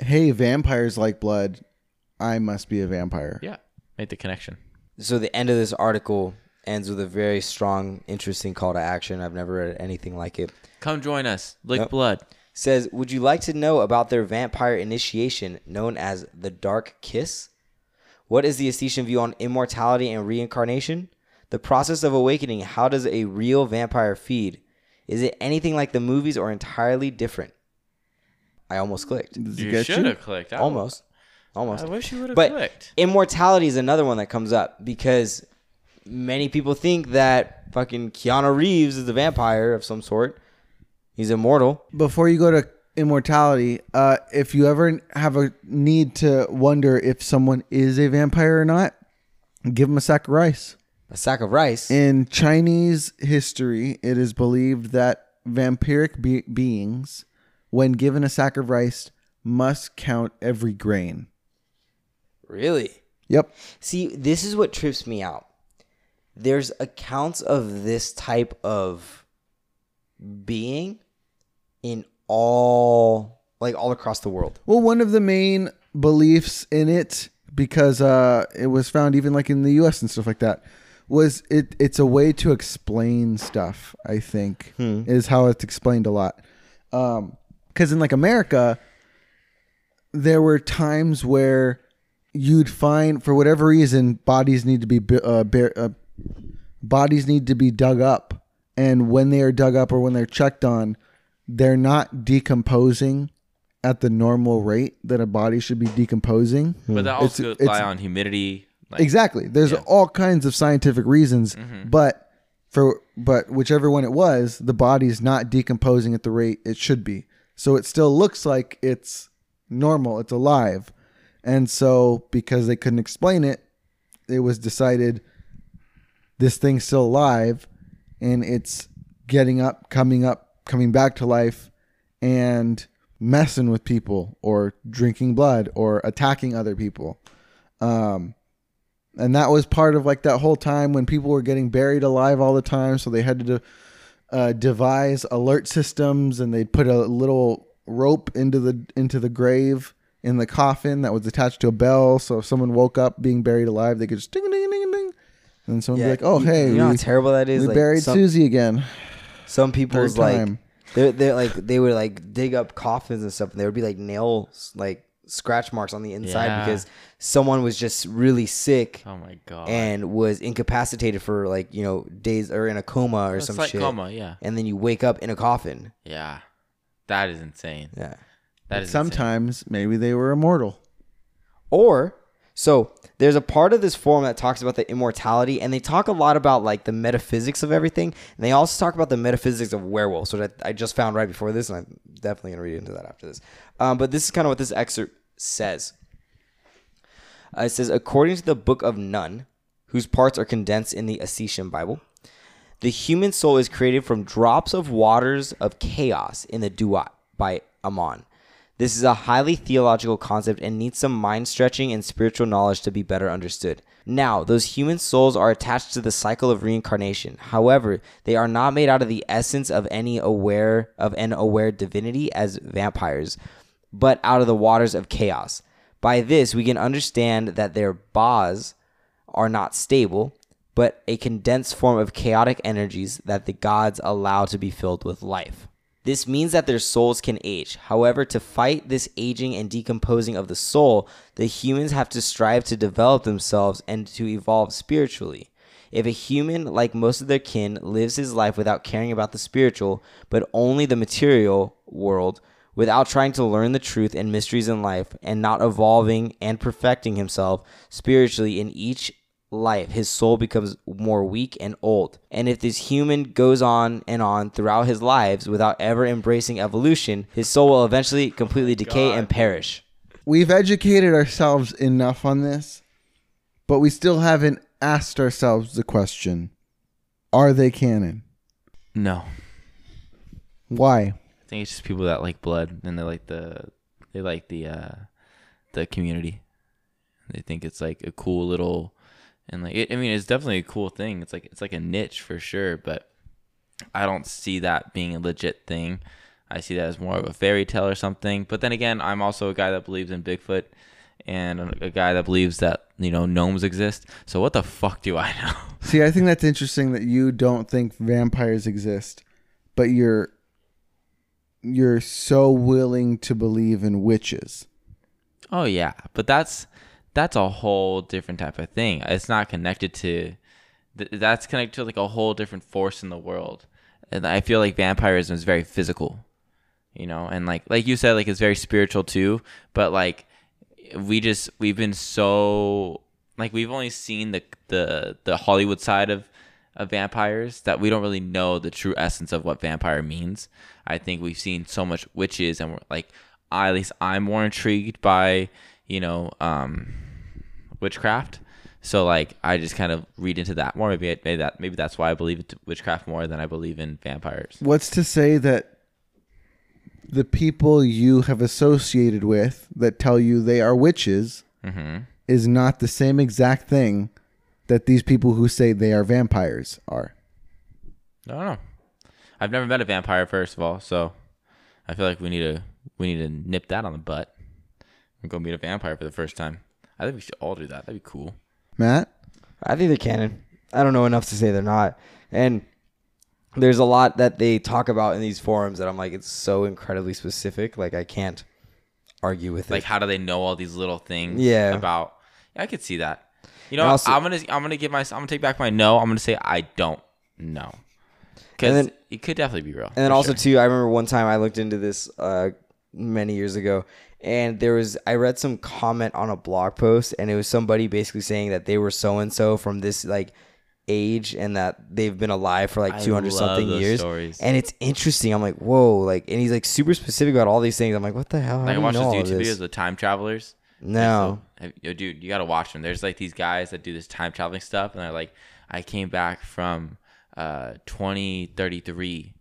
Hey, vampires like blood. I must be a vampire.
yeah, make the connection.
so the end of this article ends with a very strong, interesting call to action. I've never read anything like it.
Come join us. Lick
Yep.
blood.
Says, would you like to know about their vampire initiation known as the Dark Kiss? What is the Esthetian view on immortality and reincarnation? The process of awakening, how does a real vampire feed? Is it anything like the movies or entirely different? I almost clicked.
Does it
You
get
should
you?
have clicked. I,
Almost. Almost.
I wish you would have
But
clicked.
immortality is another one that comes up because many people think that fucking Keanu Reeves is a vampire of some sort. He's immortal.
Before you go to immortality, uh, if you ever have a need to wonder if someone is a vampire or not, give them a sack of rice.
A sack of rice.
In Chinese history, it is believed that vampiric be- beings, when given a sack of rice, must count every grain.
Really?
Yep.
See, this is what trips me out. There's accounts of this type of being in all like all across the world.
Well, one of the main beliefs in it, because uh, it was found even like in the U.S. and stuff like that, was it. It's a way to explain stuff. I think is how it's explained a lot. Because in like America, there were times where you'd find for whatever reason bodies need to be bu- uh, bur- uh, bodies need to be dug up and when they are dug up or when they're checked on they're not decomposing at the normal rate that a body should be decomposing
But that
It's-
also
it's-
rely on humidity. Like,
exactly there's all kinds of scientific reasons but for but whichever one it was the body's not decomposing at the rate it should be so it still looks like it's normal it's alive and so because they couldn't explain it it was decided this thing's still alive and it's getting up coming up coming back to life and messing with people or drinking blood or attacking other people Um, and that was part of like that whole time when people were getting buried alive all the time so they had to uh, devise alert systems and they put a little rope into the into the grave in the coffin that was attached to a bell so if someone woke up being buried alive they could just ding ding ding ding and someone would be like oh
You-
hey
you know how
we,
terrible that is.
we
like,
buried
some,
susie again
some people's
third
like
time.
they're, they're like they would like dig up coffins and stuff and there would be like nails like scratch marks on the inside
Yeah.
because someone was just really sick
Oh my god.
and was incapacitated for like you know days or in a coma or
it's
some
like
shit
coma. Yeah.
and then you wake up in a coffin
Yeah. That is insane.
yeah
That is insane.
sometimes maybe they were immortal
Or so there's a part of this forum that talks about the immortality, and they talk a lot about like the metaphysics of everything, and they also talk about the metaphysics of werewolves, which I, I just found right before this, and I'm definitely gonna read into that after this. Um, but this is kind of what this excerpt says. Uh, it says, according to the Book of Nun, whose parts are condensed in the Assisian Bible, the human soul is created from drops of waters of chaos in the Duat by Amon. This is a highly theological concept and needs some mind stretching and spiritual knowledge to be better understood. Now, those human souls are attached to the cycle of reincarnation. However, they are not made out of the essence of any aware of an aware divinity as vampires, but out of the waters of chaos. By this, we can understand that their bas are not stable, but a condensed form of chaotic energies that the gods allow to be filled with life. This means that their souls can age. However, to fight this aging and decomposing of the soul, the humans have to strive to develop themselves and to evolve spiritually. If a human, like most of their kin, lives his life without caring about the spiritual, but only the material world, without trying to learn the truth and mysteries in life, and not evolving and perfecting himself spiritually in each life, his soul becomes more weak and old. And if this human goes on and on throughout his lives without ever embracing evolution, his soul will eventually completely decay and perish.
We've educated ourselves enough on this, but we still haven't asked ourselves the question Are they canon?
No,
Why?
I think it's just people that like blood and they like the they like the uh the community. They think it's like a cool little and like it, I mean it's definitely a cool thing. It's like it's like a niche for sure, but I don't see that being a legit thing. I see that as more of a fairy tale or something. But then again, I'm also a guy that believes in Bigfoot and a guy that believes that, you know, gnomes exist. So what the fuck do I know?
See, I think that's interesting that you don't think vampires exist, but you're you're so willing to believe in witches.
Oh yeah, but that's that's a whole different type of thing. It's not connected to th- that's connected to like a whole different force in the world. And I feel like vampirism is very physical, you know, and like like you said like it's very spiritual too, but like we just we've been so like we've only seen the the the Hollywood side of of vampires that we don't really know the true essence of what vampire means. I think we've seen so much witches and we're like I, at least I'm more intrigued by, you know, um witchcraft. So like I just kind of read into that more. Maybe, I- maybe that maybe that's why I believe in witchcraft more than I believe in vampires.
What's to say that the people you have associated with that tell you they are witches is not the same exact thing that these people who say they are vampires are?
I don't know. I've never met a vampire first of all, so I feel like we need to we need to nip that on the butt and go meet a vampire for the first time. I think we should all do that. That'd be cool.
Matt?
I think they're canon. I don't know enough to say they're not. And there's a lot that they talk about in these forums that I'm like, it's so incredibly specific. Like, I can't argue with
Like
it.
how do they know all these little things
Yeah.
about I could see that. You know,
And also-
I'm gonna I'm gonna give my I'm gonna take back my no. I'm gonna say I don't know. Because
And then-
it could definitely be real.
And then
for
also
sure.
too, I remember one time I looked into this uh, many years ago, and there was I read some comment on a blog post, and it was somebody basically saying that they were so and so from this like age, and that they've been alive for like
I
two hundred
love
something
those
years.
stories.
And it's interesting. I'm like, whoa, like, and he's like super specific about all these things. I'm like, what the hell? How
Like I
do you
watched
know all
those YouTube
this?
videos of time travelers.
No.
Have- yo, dude, you gotta watch them. There's like these guys that do this time traveling stuff, and they're like, I came back from uh 2033,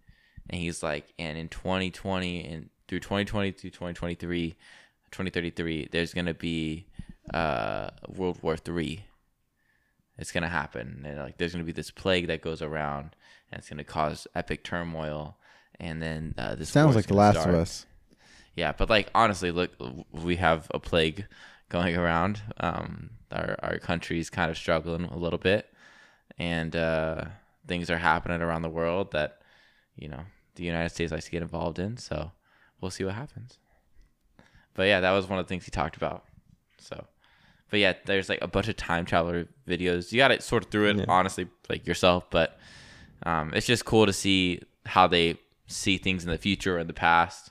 and he's like, and in 2020 and through 2020 through 2023, 2033, there's gonna be uh World War Three. It's gonna happen, and like there's gonna be this plague that goes around, and it's gonna cause epic turmoil. And then uh, this war
Sounds
is
like The
gonna
Last
start.
of Us.
Yeah, but like honestly, look, we have a plague going around. Um, our our country's kind of struggling a little bit, and uh, things are happening around the world that you know the United States likes to get involved in. So we'll see what happens. But yeah, that was one of the things he talked about. So, but yeah, there's like a bunch of time traveler videos. You got to sort of through it honestly, like yourself. But um, it's just cool to see how they see things in the future or in the past.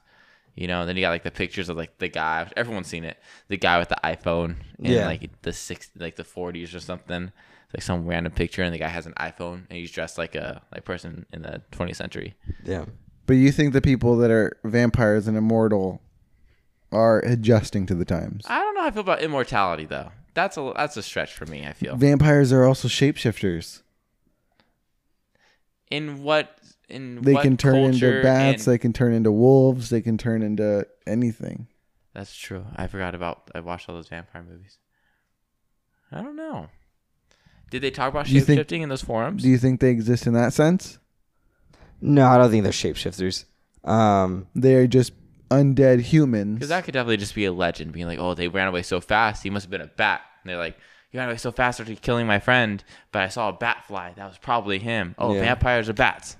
You know, then you got like the pictures of like the guy. Everyone's seen it. The guy with the iPhone in
Yeah.
like the six, like the forties or something. It's like some random picture, and the guy has an iPhone, and he's dressed like a like person in the twentieth century.
Yeah.
But you think the people that are vampires and immortal are adjusting to the times?
I don't know how I feel about immortality though. That's a that's a stretch for me. I feel.
Vampires are also shapeshifters.
In what in
They
what
can turn into
culture
bats,
and-
they can turn into wolves, they can turn into anything.
that's true. I forgot about. I watched all those vampire movies. I don't know. Did they talk about
You think-
shapeshifting in those forums?
Do you think they exist in that sense?
No, I don't think they're shapeshifters. Um,
They're just undead humans.
Because that could definitely just be a legend, being like, "Oh, they ran away so fast. He must have been a bat." And they're like, "You ran away so fast after killing my friend, but I saw a bat fly. That was probably him." Oh,
Yeah.
vampires are bats.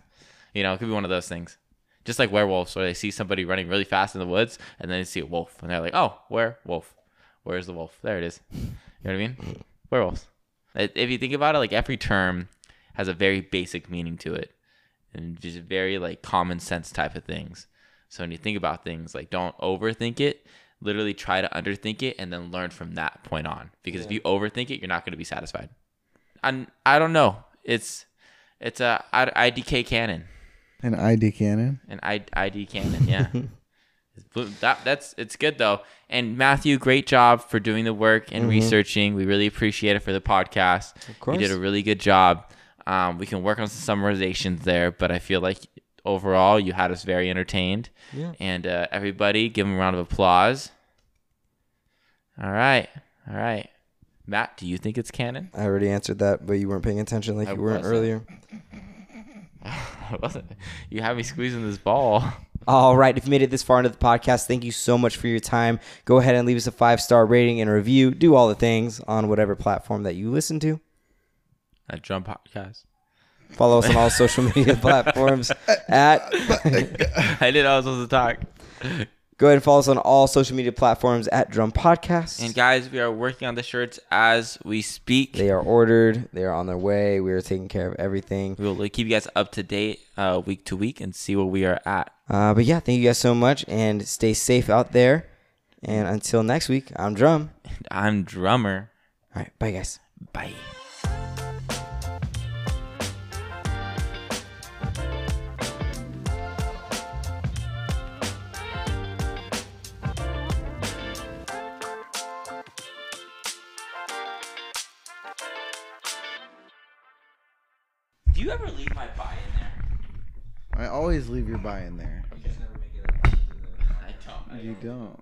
You know, it could be one of those things. Just like werewolves, where they see somebody running really fast in the woods and then they see a wolf and they're like, oh, werewolf. Where's the wolf? There it is. You know what I mean? Werewolves. I- If you think about it, like every term has a very basic meaning to it and just very like common sense type of things. So when you think about things, like don't overthink it. Literally try to underthink it and then learn from that point on. Because if you overthink it, you're not going to be satisfied. And I don't know. It's it's a I- IDK canon,
An ID cannon.
an I- ID canon. Yeah, It's blue- that, that's it's good though. And Matthew, great job for doing the work
Mm-hmm.
and researching. We really appreciate it for the podcast. Of
course.
you did a really good job. Um, we can work on some summarizations there, but I feel like overall you had us very entertained.
Yeah.
And uh, everybody, give them a round of applause. All right, all right. Matt, do you think it's canon?
I already answered that, but you weren't paying attention like
I
you weren't
wasn't.
earlier.
I wasn't. You had me squeezing this ball.
All right, if you made it this far into the podcast, thank you so much for your time. Go ahead and leave us a five star rating and a review. Do all the things on whatever platform that you listen to.
A drum podcast.
Follow us on all social media platforms at.
I did. I was supposed to talk.
Go ahead and follow us on all social media platforms at Drum Podcast.
And guys, we are working on the shirts as we speak.
they are ordered. They are on their way. We are taking care of everything.
We will keep you guys up to date uh, week to week and see where we are at.
Uh, but yeah, thank you guys so much, and stay safe out there. And until next week, I'm Drum.
I'm drummer.
All right, bye guys.
Bye. Do you ever leave my pie in there?
I always leave your buy in there.
I don't.
You don't.